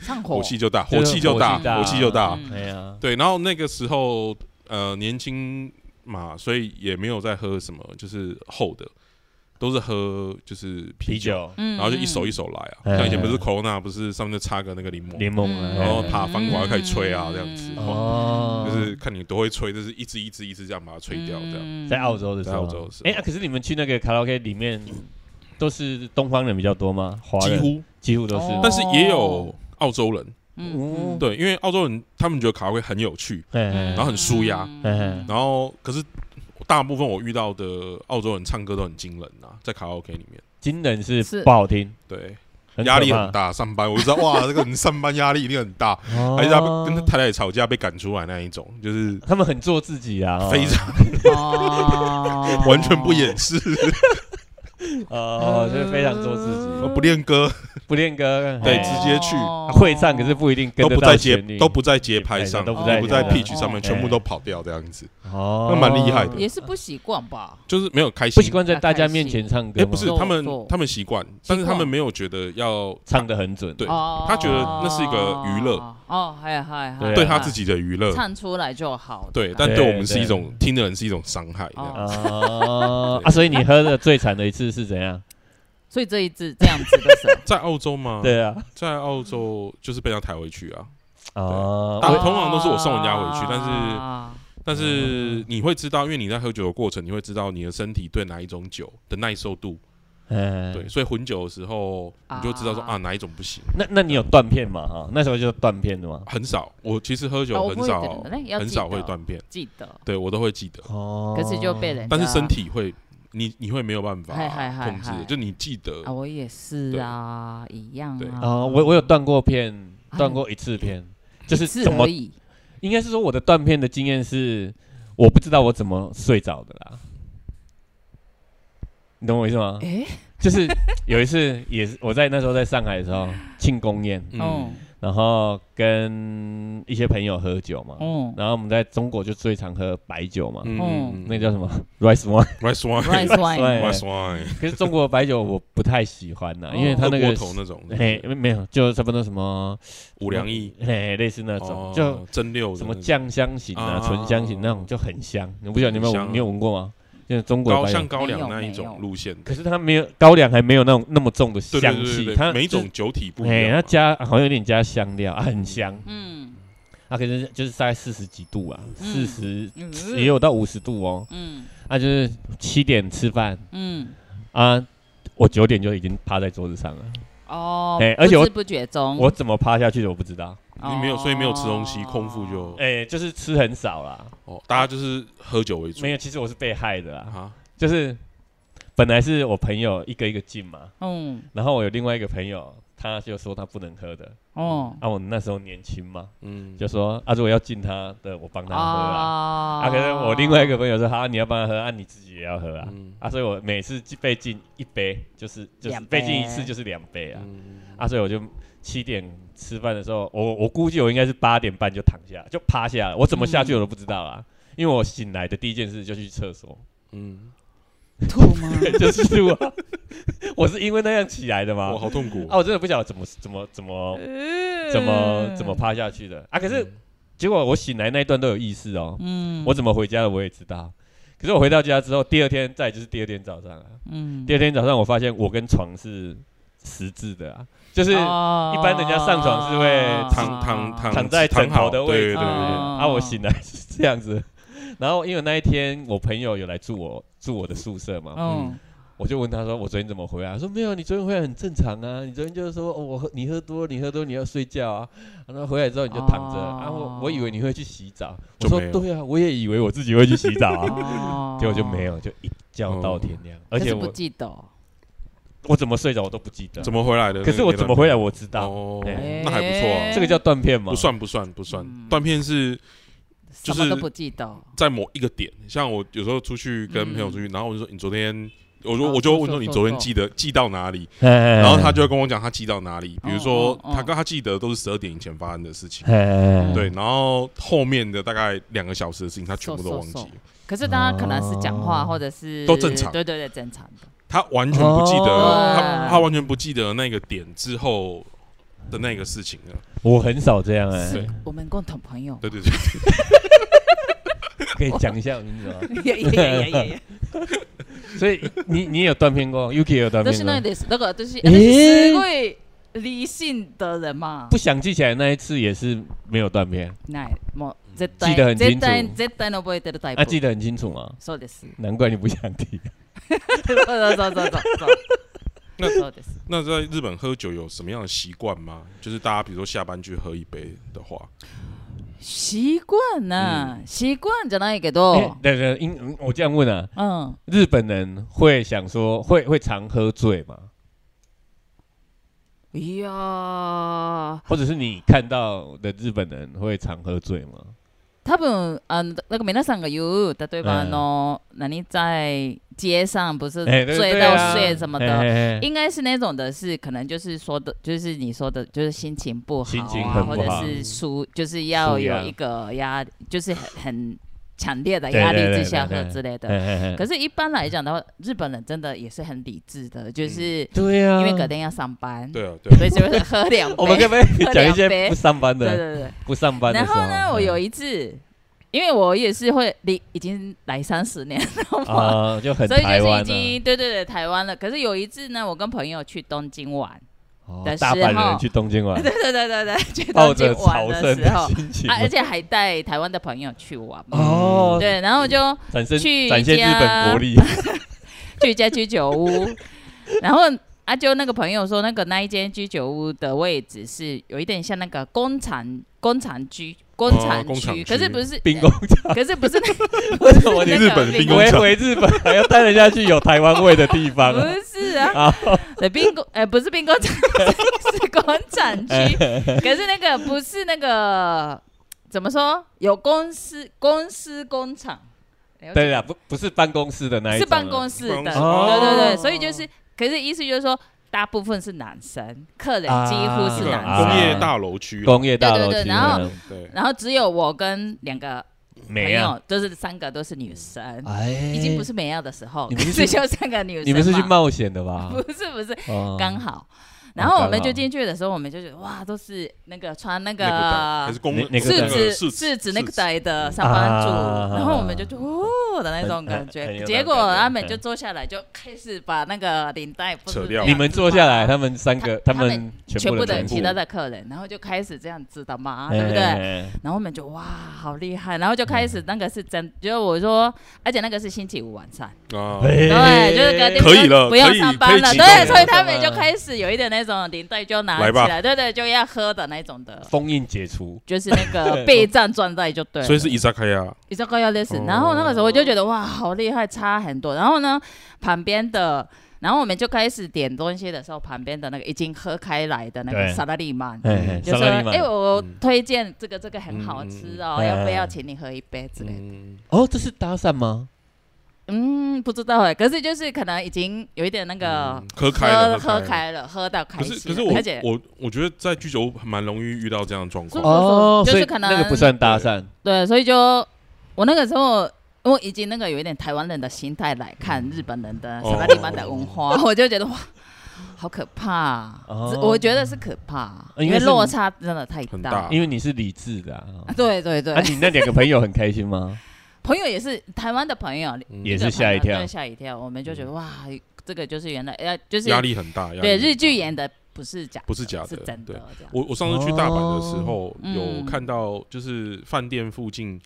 上火火气就大，就是火气就大，火气大火气就大。嗯哎呀，对，然后那个时候呃年轻嘛，所以也没有在喝什么就是厚的，都是喝就是啤啤酒，酒、然然后就一手一手来啊。嗯像以前不是 Corona 不是上面就插个那个柠嗯檬，柠檬啊，然后哎怕翻过来开始吹啊这样子哦就是看你多会吹，就是一支一支一支这样把它吹掉这嗯样。在澳洲的时候，在澳洲的时候哎，啊可是你们去那个卡拉 OK 里面都是东方人比较多吗？华几人乎，几乎都是哦但是也有澳洲人，嗯对，因为澳洲人他们觉得卡拉 OK 很有趣，嗯哎，然后很舒压嗯然后可是大部分我遇到的澳洲人唱歌都很惊人啊，在卡拉 OK 里面，惊人是是不好听，对，很压力可怕很，大，上班我就知道哇，这个人上班压力一定很大，还哦还是他们跟太太吵架被赶出来那一种，就是他们很做自己啊，哦非常哦 完全不掩饰，哦，就是非常做 自嗯不练歌，己，不练歌，对哎直接去哦会唱，可是不一定跟都得不到在节旋律，都不在节拍上，哎都不在哦不在节拍 pitch 哎上面，全部都跑掉这样子，哦那蛮厉害的也是不习惯吧？就是没有开不心习。惯在大家面前唱歌哎，吗，不是做他们做，他们习惯，但是他们没有觉得要唱的很准，对哦他觉得那是一个娱乐哦，嗨嗨嗨，对他自己的娱乐，唱出来就好。对，但啊对对我们是对一种听的人是一种伤害。这样哦哦啊，所以你喝的最惨的一次是怎样？所以这一次这样子的时候，在澳洲吗？，对啊，在澳洲就是被他抬回去啊。哦，啊大我 通常都是我送人家回去但是是但嗯是你会知道，因为你在喝酒的过程，你会知道你的身体对哪一种酒的耐受度嗯，对，所以混酒的时候你就知道说啊啊哪一种不行，那那你有断片吗？哈，那时候就断片的吗？很少。哦我其实喝あ酒很覚え少てるんだね。要很记得哦少会断片，记得，对我都会记得，哦，可是就被人家。但是身体会你你会没有办法啊嗨嗨嗨控制嗨，就你记得啊，我也是啊，一样对啊。啊，我我有断过片，啊断过一次片，就一是次怎么而，已应该是说我的断片的经验是，我不知道我怎么睡着的啦。你懂我意思吗？诶就是有一次也是我在那时候在上海的时候庆功宴，哦嗯然后跟一些朋友喝酒嘛，嗯然后我们在中国就最常喝白酒嘛，嗯嗯那个叫什么 rice wine， rice wine ，rice wine， rice wine，可是中国的白酒我不太喜欢呐，因为哦哎它那个窝哎头那种嘿没有就差不多什么五粮液嘿类似那种哦就。蒸馏的什么那种酱香型啊、啊醇香型那种就很香。你不晓得你有没有很香闻啊你有闻过吗？就是中国的高白酒像，高粱那一没有没种有路线的，可是它没有高粱还没有那种那么重的对香对对气，对对它每一就种酒体不一哎，样啊嘛，它加好像有点加香料啊，很香嗯啊，可是就是大概四十几度啊，四嗯十嗯也有到五十度哦，嗯啊，就是七点吃饭嗯，啊。我九点就已经趴在桌子上了，哦，哎而且我不知不觉中，哦我怎么趴下去的我不知道。你没有所以没有吃东西，空腹就哎、就是吃很少啦，哦，大家就是喝酒为主没有。其实我是被害的啦，啊，就是本来是我朋友一个一个进嘛，嗯然后我有另外一个朋友，他就说他不能喝的。哦啊，我那时候年轻嘛，嗯，就说啊，如果要敬他的，我帮他喝啊。啊啊，可是我另外一个朋友说，哈、你要帮他喝，啊，你自己也要喝啊。嗯啊，所以我每次被敬一杯，就是就是两杯被敬一次就是两杯啊。嗯啊，所以我就七点吃饭的时候，我我估计我应该是八点半就躺下，就趴下了。我怎么嗯下去我都不知道啊，因为我醒来的第一件事就去厕所， 嗯，吐吗？就是我，我是因为那样起来的嘛我。好痛苦啊，。我真的不晓得怎么怎么怎么 呃怎嗯么怎么趴下去的啊！可是结果我醒来那一段都有意识哦，嗯我怎么回家的我也知道。可是我回到家之后，第二天再来就是第二天早上啊，嗯第二天早上我发现我跟床是十字的啊，就是啊哦一般人家上床是会躺躺躺躺在枕头的位置对对对对，哦啊我醒来是这样子。 然后因为那一天我朋友有来住我住我的宿舍嘛，嗯我就问他说：“我昨天怎么回来？”他说：“没有，你昨天回来很正常啊。你昨天就是说，哦、我喝你喝多，你喝多你要睡觉啊。然后回来之后你就躺着、哦啊。我我以为你会去洗澡，我就说没有对啊，我也以为我自己会去洗澡啊，哦 结果就没，有，就一觉哦到天亮。而可且是不我记得哦，我怎么睡着我都不记得，嗯怎么回来的？可是我怎么回来我知道，哦，哎那还不错啊哎这个叫断片吗？不算不算不算嗯，断片是什就么是都不记得哦，在某一个点，像我有时候出去跟朋友出去，然后我就说你昨天。我说，嗯哦我就说问说说你说昨天说记得记到哪里，然然后他就会跟我讲他记到哪里，比如说哦哦哦他跟他记得都是十二点以前发生的事情，哎对，然后后面的大概两个小时的事情他全部都忘记嗖嗖了嗖，可是大家可能是讲话哦或者是都正常对对对，正常的。他完全不记得，哦他他完全不记得那个点之后的那个事情了，我很少这样哎、对是我们共同 朋友，对对对，可以讲一下我跟你 说。いやいやいやいや。所以你你也有断片过，Yuki 也有断片私过ない。です。だから私、私えーすごい理性的人嘛不。想记起来那一次也是没有断片，ない。もう絶対記得很清楚絶対絶対に覚えてるタイ啊，记プ。得很清楚吗？そうです。难怪你不想提。そうそうそうそう そう。そうです。那在日本喝酒有什么样的习惯吗？就是大家比如说下班去喝一杯的话，習慣な、習慣じゃないけ哎ど、对对，因嗯我这样问啊，うん。日本人会想说会会常喝醉吗？いやー、或者是你看到的日本人会常喝醉吗？多分あのなんか皆さんが言う、例えば、うんあの、何在街上不是嗯哎，对呃醉对到啊，睡什么的。哎哎哎应该是那种的是，可能就是说的，就是你说的，就是心情不好心情啊，很或不者好是舒，就是要舒压有一个压，就是很很强烈的压力对对对之下对喝对之类哎的。哎哎呃可是，一般来讲的话，日本人真的也是很理智的，就是对啊，因为隔天要上班，对啊，对啊，所以就会喝两嗯 我们可杯。不可以喝讲一两杯些不上班对的、对对。不上班的然时候？嗯后呢，我有一一次，因为我也是会离已经来三十年了嘛，啊，就很所以台就是湾已啊经对对对台湾了。可是有一次呢，我跟朋友去东京玩。哦的时大阪候人去东京玩，对对对对对，啊去抱东着京玩哦朝的圣时候的，心情啊，，而且还带台湾的朋友去玩嘛。哦，对，然后就展现去一 展现日家本国力，去一家居酒屋， 然后阿啾那个朋友说，那个那一间居酒屋的位置是有一点像那个工厂工厂区哦工厂工厂区区，可是 不是兵工厂，可是不是那个为什么不你是日那本个兵兵工我厂也回日本还要带人家去有台湾味的地方啊？不是 啊，对，兵工，呃，不是兵工厂， 是是工厂区。哎可是那个不是那个怎么说？有公司，公司工厂。了解对啦，不不是办公室的那一是种啊，办公室的，办公对室哦对对，所以就是，可是意思就是说，大部分是男生，客人几乎这是个男啊生，工业大楼区啦，工业大楼对对对区然后的对，然后只有我跟两个朋没啊，友，就是三个都是女生，哎，已经不是美亚的时候，你可们是是去就三个女生嘛，你们是去冒险的吧？ 不是不是，哦 刚好。刚然后我们好就进去的时候，我们就觉得哇，都是那个穿那那带还个是工那那个柿带子柿柿子那个那个带，带的上班族嗯啊，然后我们就觉得哦的那种感很很很有那种觉。结果感觉阿美就坐下来，就开始把那个领带不是扯掉这样子你们坐下来，吗他们三个，他们全部部的人其全他部的客人，然后就开始这样子的嘛，全部对不对？哎然后我们就哇，好厉害！然后就开嗯始那个是真，就是我说，而且那个是星期五晚上。啊 对，就是隔天可以就了不可用以上可班以了。启动了对，所以他们就开始有一点那种领带就拿来起吧来，对对，就要喝的那种的，封印解除，就是那 个备战状态就对了。所以是伊萨卡亚，比较高要 listen，哦然后那个时候我就觉得哇，好厉害，差很多。然后呢，旁边的，然后我们就开始点东西的时候，旁边的那个已经喝开来的那个对萨拉 利曼。哎，就萨说：“拉利哎、曼，我嗯推荐这个，这个很好吃嗯哦，嗯嗯要不哎要请你喝一杯之类的？”嗯，哦，这是搭讪吗？嗯，不知道哎，可是就是可能已经有一点那个嗯喝开了喝喝开开了，喝到开可心了。是可是而且我我我觉得在居酒屋蛮容易遇到这样的状是况，哦，就是所以可能那个不算搭讪，对，所以就我那个时候。我已经那个有一点台湾人的心态来看日本人的哦什么地方的文化， 我就觉得哇，好可怕、哦只我觉得是可怕，哦应该因为是落差真的太很大。大因为你是理智的啊。啊对对对，啊，你那两个朋友很开心 吗？朋友也是台湾的朋友，嗯也是吓一跳对吓一跳，我们就觉得哇，这个就是原来呃，就是压力很大，压力对很大日剧演的不是假的，不是假的是真对的这样。我我上次去大阪的时候，嗯有看到就是饭店附近，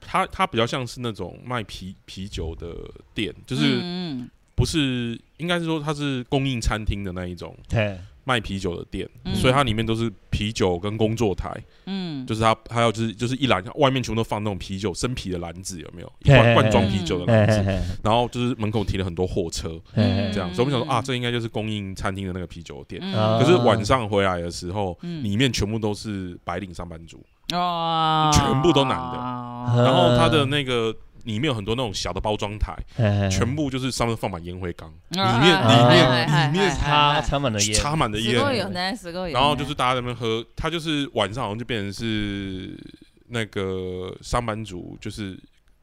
它它比较像是那种卖啤啤酒的店，就是嗯嗯不是应该是说它是供应餐厅的那一种对，卖啤酒的店，嗯所以它里面都是啤酒跟工作台，嗯，就是它还有就是就是一篮外面全部都放那种啤酒生啤的篮子，有没有一嘿嘿罐罐装啤酒的嘿篮嘿嗯子？嘿然后就是门口停了很多货车，嗯嘿这样，所以我们想说啊，这应该就是供应餐厅的那个啤酒店。啊可是晚上回来的时候，嗯里面全部都是白领上班族，哦全部都男的的嗯然后它的那个里面有很多那种小的包装台，嘿嘿全部就是上面放满烟灰缸，里面里哎面里面插插满了烟，插满了すごいよ烟，ね、すごいよね。然后就是大家在那边喝，它就是晚上好像就变成是那个上班族就是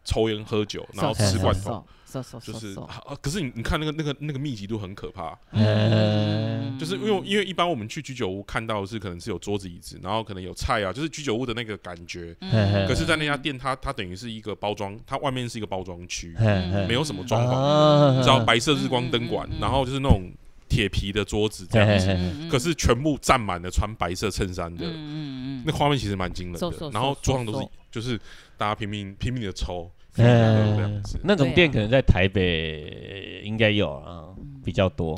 抽烟喝酒，然后そう吃罐头，そうそうそうそう、就是啊啊可是你你看那个那个那个密集度很可怕，嗯就是因为因为一般我们去居酒屋看到的是可能是有桌子椅子，然后可能有菜啊，就是居酒屋的那个感觉。嗯可是，在那家店，它它等于是一个包装，它外面是一个包装嗯区，嘿没有什么装潢，啊你知道白色日光灯管嗯嗯，嗯然后就是那种铁皮的桌子这嘿样嘿子，嘿可是全部站满了穿白色衬衫的，嗯嗯那画面其实蛮惊人嗖嗖的。嗖然后桌上都嗖是嗖就是大家拼命拼命的抽，拼命的喝这嗯样子，。那种对啊店可能在台北应该有啊，比较多，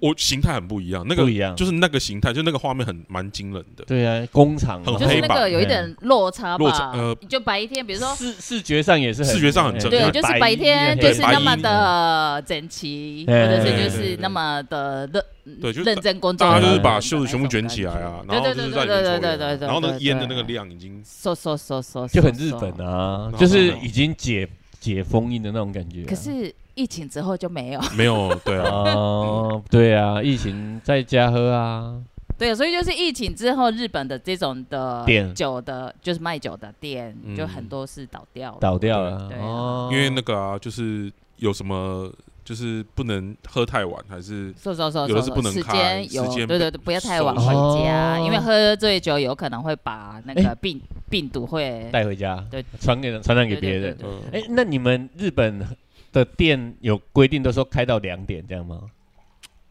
我形态很不一样，那不个一样。就是那个形态，就那个画面很蛮惊人嗯的。对啊，工厂很就是黑那吧个有一点落差吧，落差呃就白天，比如说，视视觉上也是很，视觉上很正对，常啊就是白天对就是白那么衣的整齐，或对对者是就对对是那么的认对就认真工作的大那家种感觉，就是把袖子全部卷起来啊，然后对就对是在对对里面抽对对烟对啊，对，然后那对烟的那个，量已经嗖嗖嗖嗖，就很日 本。啊，嗖就是已经解解封印的那种感觉啊。可是疫情之后就没有，没有对啊，哦，对啊，疫情在家喝啊，对，所以就是疫情之后，日本的这种的店酒的，就是卖酒的店，嗯就很多是倒掉了。倒掉了对啊哦，因为那个啊，就是有什么就是不能喝太晚，还是嗖嗖嗖嗖嗖有的是不能时开间有时间对对对，不要太晚回家，哦因为喝醉酒有可能会把那个病病毒会带回家对，传给人传染给别人对。嗯哎，那你们日本的店有规定都说开到两点这样吗？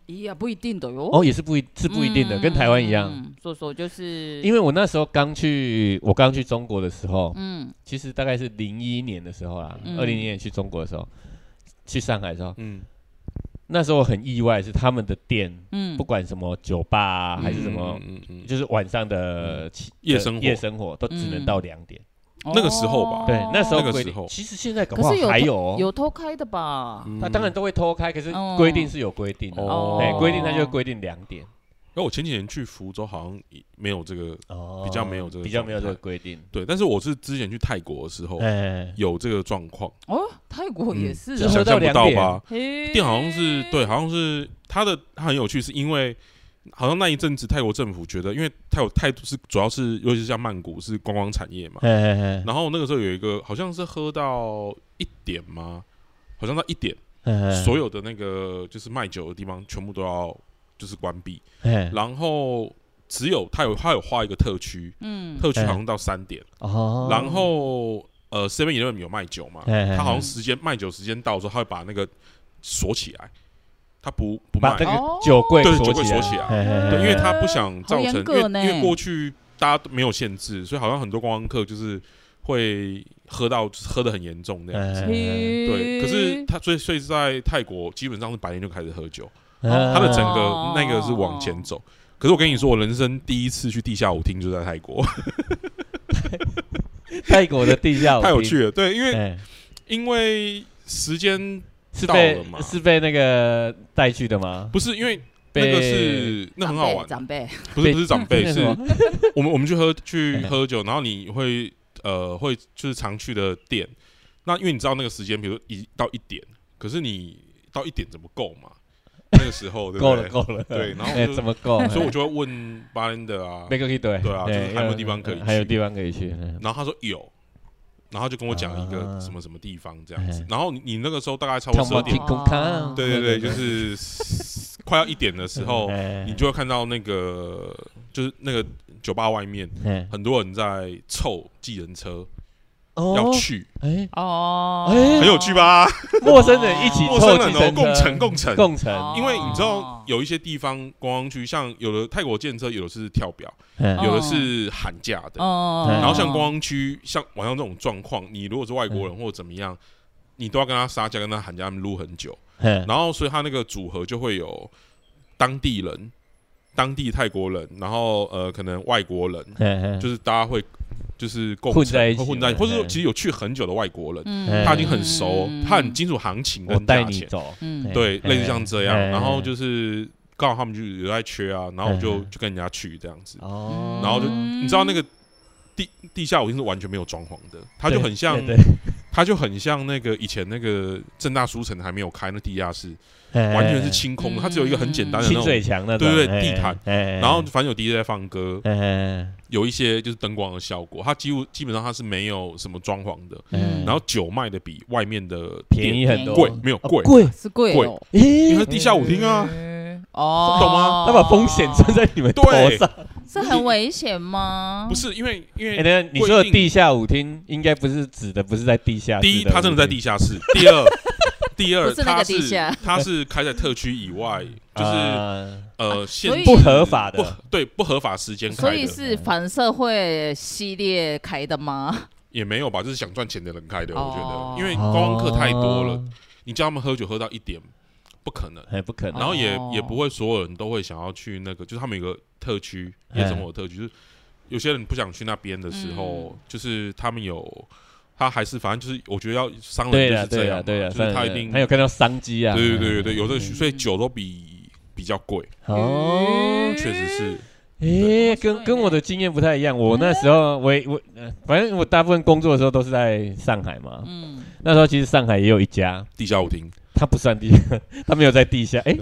咦呀，不一定的哟。哦，也是不一是不一定的，嗯跟台湾一样。。说说就是因为为我那时候刚去，我刚去中国的时候，嗯其实大概是零一年的时候啦，嗯二零年去中国的时候，去上海的时候，嗯那时候很意外，是他们的店，嗯不，管什么酒吧、啊、还是什么，嗯嗯嗯就是晚上的起夜的生活夜生活都嗯只能到两点。那个时候吧哦对，那时候那个规时定候其实现在搞不可好是有还有偷哦，有偷开的吧？嗯啊他当然。都会偷开，可是嗯规定是有规定的。哦哎，规定他就规定两点。然后我前几年去福州，好像没有这个，哦比较没有这个比较没有这个状态规定。对。但是我是之前去泰国的时候哎，有这个状况，哦，泰国也是嗯就啊是想象不到喝到吧两？嘿店好像是对，好像是它的它很有趣，是因为好像那一阵子泰国政府觉得，因为泰国泰是主要是尤其是像曼谷是观光产业嘛，哎哎然后那个时候有一个好像是喝到一点吗？好像到一点，哎所有的那个就是卖酒的地方全部都要就是关闭，哎然后只有它有它有画一个特区，嗯，特区好像到三点，哦然后呃 Seven Eleven 有卖酒嘛，哎他好像时间卖酒时间到的时候，他会把那个锁起来，他不不把卖这，个哦酒柜对锁酒柜起来锁起来哎哎哎对，因为他不想造好成，严因格为因呢为过去大家都没有限制，所以好像很多观光客就是会喝到喝的很严重那样子。哎对，对可是他所以所以在泰国基本上是白天就开始喝酒，哎哎他的整哦个那个是往前走。可是我跟你说，我人生第一次去地下舞厅就在泰国， 泰国的地下舞 太有厅，趣了。对，因为哎因为时间是到被了嘛是被那个带去的吗？不是因为那被个是那很好玩，长辈不是不是长辈那是 什么我们我们去喝去喝酒，然后你会呃会就是常去的店，那因为你知道那个时间，比如说一到一点，可是你到一点怎么够嘛？那个时候对不够对了，够了，对然后哎就怎么够？所以我就会问巴林的啊，那个可以对对啊就是还有地方可以还有去啊地方可以去，嗯然后他说有，然后他就跟我讲一个什么什么地方这样子啊，然后你你那个时候大概差不跳多毛十进点，空啊康，对对对，就是 快要一点的时候，嗯你就会看到那个就是那个酒吧外面哎很多人在凑计人车要哦，去，哎，哦，哎很有趣？吧？陌生人一起陌凑生计人哦，程共乘车，共乘。共乘，哦因为你知道有一些地方观光区，像有的泰国建车，有的是跳表，嗯有的是喊价的。哦，对然后像观光区，像晚上这种状况，你如果是外国人或者怎么样，你都要跟他杀价，跟他喊价，他们撸很久。嗯然后所以他那个组合就会有当地人、当地泰国人，然后呃可能外国人，嗯就是大家会就是共混在一起乘会混在，嗯或者说其实有去很久的外国人，哎嗯他已经很熟，嗯他很清楚行情我跟带价你钱，走，哎嗯对，嘿类似像这样。嘿然后就是刚好他们就有在缺哎啊，然后我就嘿就跟人家去这样子。哦，然后就嗯你知道那个地地下舞厅是完全没有装潢的，它就对很像，对对它就很像那个以前那个正大书城还没有开那地下室，哎完全是清空的，嗯它只有一个很简单的那清种。水墙那种，嗯对对对地毯毯然后反正有 DJ 在放歌，哎有一些就是灯光的效果，它几乎基本上它是没有什么装潢的，嗯然后酒卖的比外面的便店宜很多，贵，没有哦贵，贵，是贵贵哦因为咦它是，地下舞厅啊，嗯哦，懂吗他把风险算在你们头对上。是很危险吗？不是因为因哎、等为等，你说的地下舞厅应该不是指的不是在地下室第一，它真的在地下，下室；第二，第二，不是那它个地下是它是开在特区以外，就是啊呃，限所以制不合法的不合对不合法时间所开以的，是反社会系列开的吗？也没有吧，就是想赚钱的人开的，我觉哦得，因为观光客太多了，哦你叫他们喝酒喝到一点，不可能。哎、不可能。然后也哦也不会所有人都会想要去那个，就是他们有个特区夜哎生活特区，就是有些人不想去那边的时候嗯，就是他们有，他还是反正就是我觉得要商对人就了，是这对样了，嘛，对了，就是他一定还有看到商机啊。对对对对，有这个需，嗯所以酒都比比较贵，嗯哦，确实是。诶、跟跟我的经验不太一样。我那时候，我也我、呃反正我大部分工作的时候都是在上海嘛。嗯，那时候其实上海也有一家，地下舞厅、它不算地下， 它没有在地下。哎、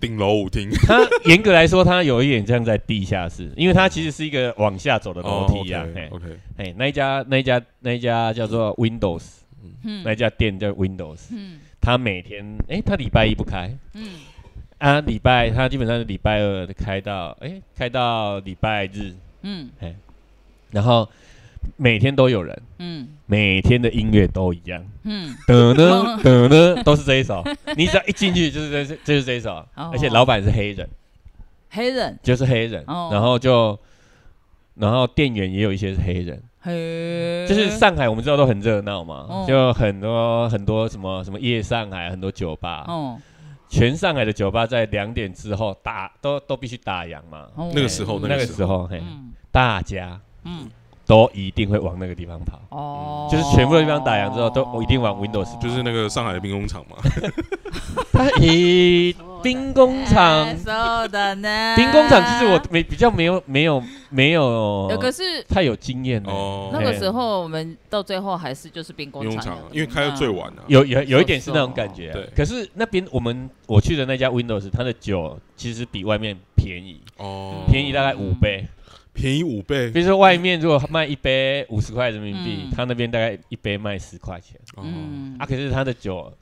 顶楼舞厅，它严格来说，它有一点像在地下室，因为它其实是一个往下走的哦楼梯呀、啊。嘿 o k 哎，那一家那一家那一家叫做 Windows，、嗯那一家店叫 Windows，嗯他每天哎，他礼拜一不开嗯啊，礼拜他基本上是礼拜二开到哎开到礼拜日，嗯然后每天都有人，嗯每天的音乐都一样，嗯，等呢 等呢都是这一首，你只要一进去就是这就是这一首，哦而且老板是黑人，黑人，就是黑人，哦然后就然后店员也有一些是黑人。嘿，就是上海，我们知道都很热闹嘛，嗯哦就很多很多什么什么夜上海，很多酒吧，哦，全上海的酒吧在两点之后打都都必须打烊嘛。哦那个时候那那个个时候，嘿，嗯大家嗯，都一定会往那个地方跑，哦，就是全部的地方打烊之后都我一定玩 Windows 就是那个上海的兵工厂嘛，他以兵工厂哎，so 的呢，兵工厂其实我没比较没有没有没有有个是太有经验了，哦，那个时候我们到最后还是就是兵工兵工厂厂的，，因为开到最晚啊，有有有一点是那种感觉啊是哦。可是那边我们我去的那家 Windows，它的酒其实比外面便宜，哦，便宜大概五倍。便宜五倍比，如说外面如果卖一杯五十块人民币嗯，他那边大概一杯卖十块钱嗯，啊。可是他的酒，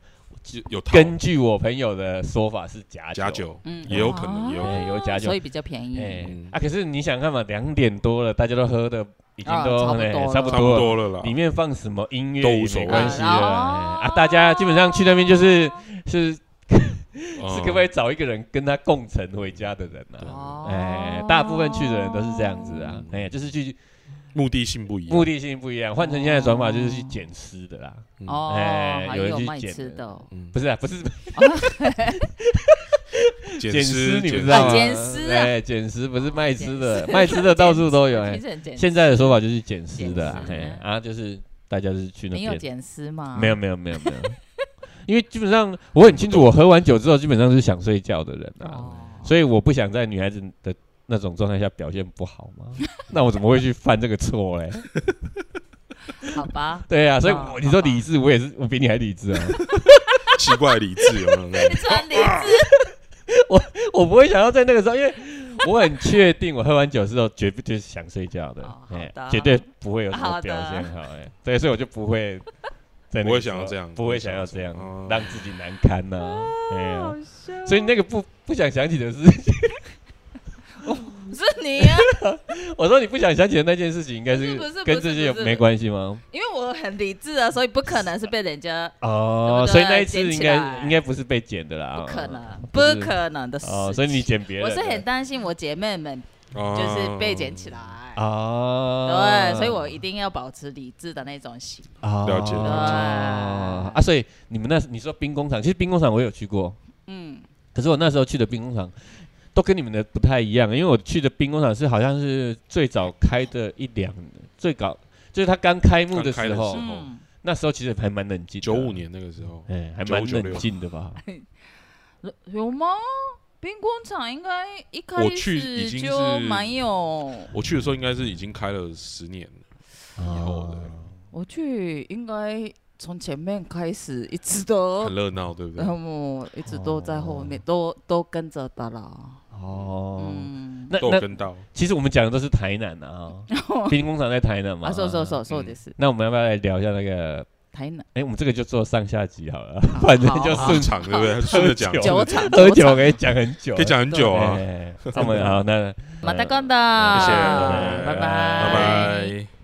就有套根据我朋友的说法是假假酒，酒，嗯也有可能啊也有哎有假酒所以比较便宜。哎嗯啊。可是你想看嘛，两点多了，大家都喝的已经啊都差不哎多了差不差不多了。多了啦，里面放什么音乐都也无所没谓关系的、啊哎啊！大家基本上去那边就是是是嗯可不可以找一个人跟他共乘回家的人啊？哦哎，大部分去的人都是这样子啊，哎，就是去目的性不一样目？的性不一样。换成现在的转法就是去捡尸的啦，嗯哦，哎还有人去卖捡吃的的哦，嗯 不是啊，不是捡尸，你不捡知道吗？啊捡尸啊哎，捡尸不是卖吃的哦，卖吃的到处都有。听哎，起来很捡啊现在的说法就是捡尸的啦，捡尸哎啊，就是大家就是去那你有边捡啊尸吗？没有，没有没有没有，因为基本上我很清楚，我喝完酒之后基本上是想睡觉的人啊，哦， 所以我不想在女孩子的那种状态下表现不好嘛。 那我怎么会去犯这个错嘞？ ，好吧对啊，所以哦我你说理智，我也是，我比你还理智啊。 奇怪的理智有没有那 种？穿理智，我不会想要在那个时候，因 为我很确定，我喝完酒之后绝不就是想睡觉的哦，哎好的绝对不会有什么好的表现好，哎，对，所以我就不会在那个时候。不会想 要这样不会想要这样哦，让自己难堪呐。哎呀，啊笑所以那个不不想想起的事 是你啊， 我说你不想想起的那件事情，应该是不是不是跟这些有不是没关系吗？因为我很理智啊，所以不可能是被人家，哦，对不对所以那一次应捡起该来应该不是被剪的啦，不可能，不啊不是可能的事。哦，所以你剪别人我的，是很担心我姐妹们啊就是被捡起来。哦，对，所以我一定要保持理智的那种型。哦了解啊，所以你们那你说兵工厂，其实兵工厂我有去过，嗯，可是我那时候去的兵工厂都跟你们的不太一样，因为我去的兵工厂是好像是最早开的一两最早。就是它刚开幕的刚开时的候时，候嗯，那时候其实还蛮冷静的。九五，年那个时候，哎，还蛮95冷静的吧？有吗？兵工厂应该一开我去已始经是就蛮有，我去的时候应该是已经开了十年以后的，我去应该从前面开始一直都哦很，热闹，对不对然？后一直都在后面，都都跟着的啦。哦，嗯，那都有那跟到，其实我们讲的都是台南 啊，兵工厂在台南嘛。啊，そうそうそうそう嗯です。那我们要不要来聊一下那个？台南哎，我们这个就做上下集好了， 好反正就好顺顺场，对 不对？顺着讲，酒酒厂喝酒酒厂可以讲很久，可以讲很久 啊。哎。那我们好，那ま呃た今度。谢谢拜拜拜拜。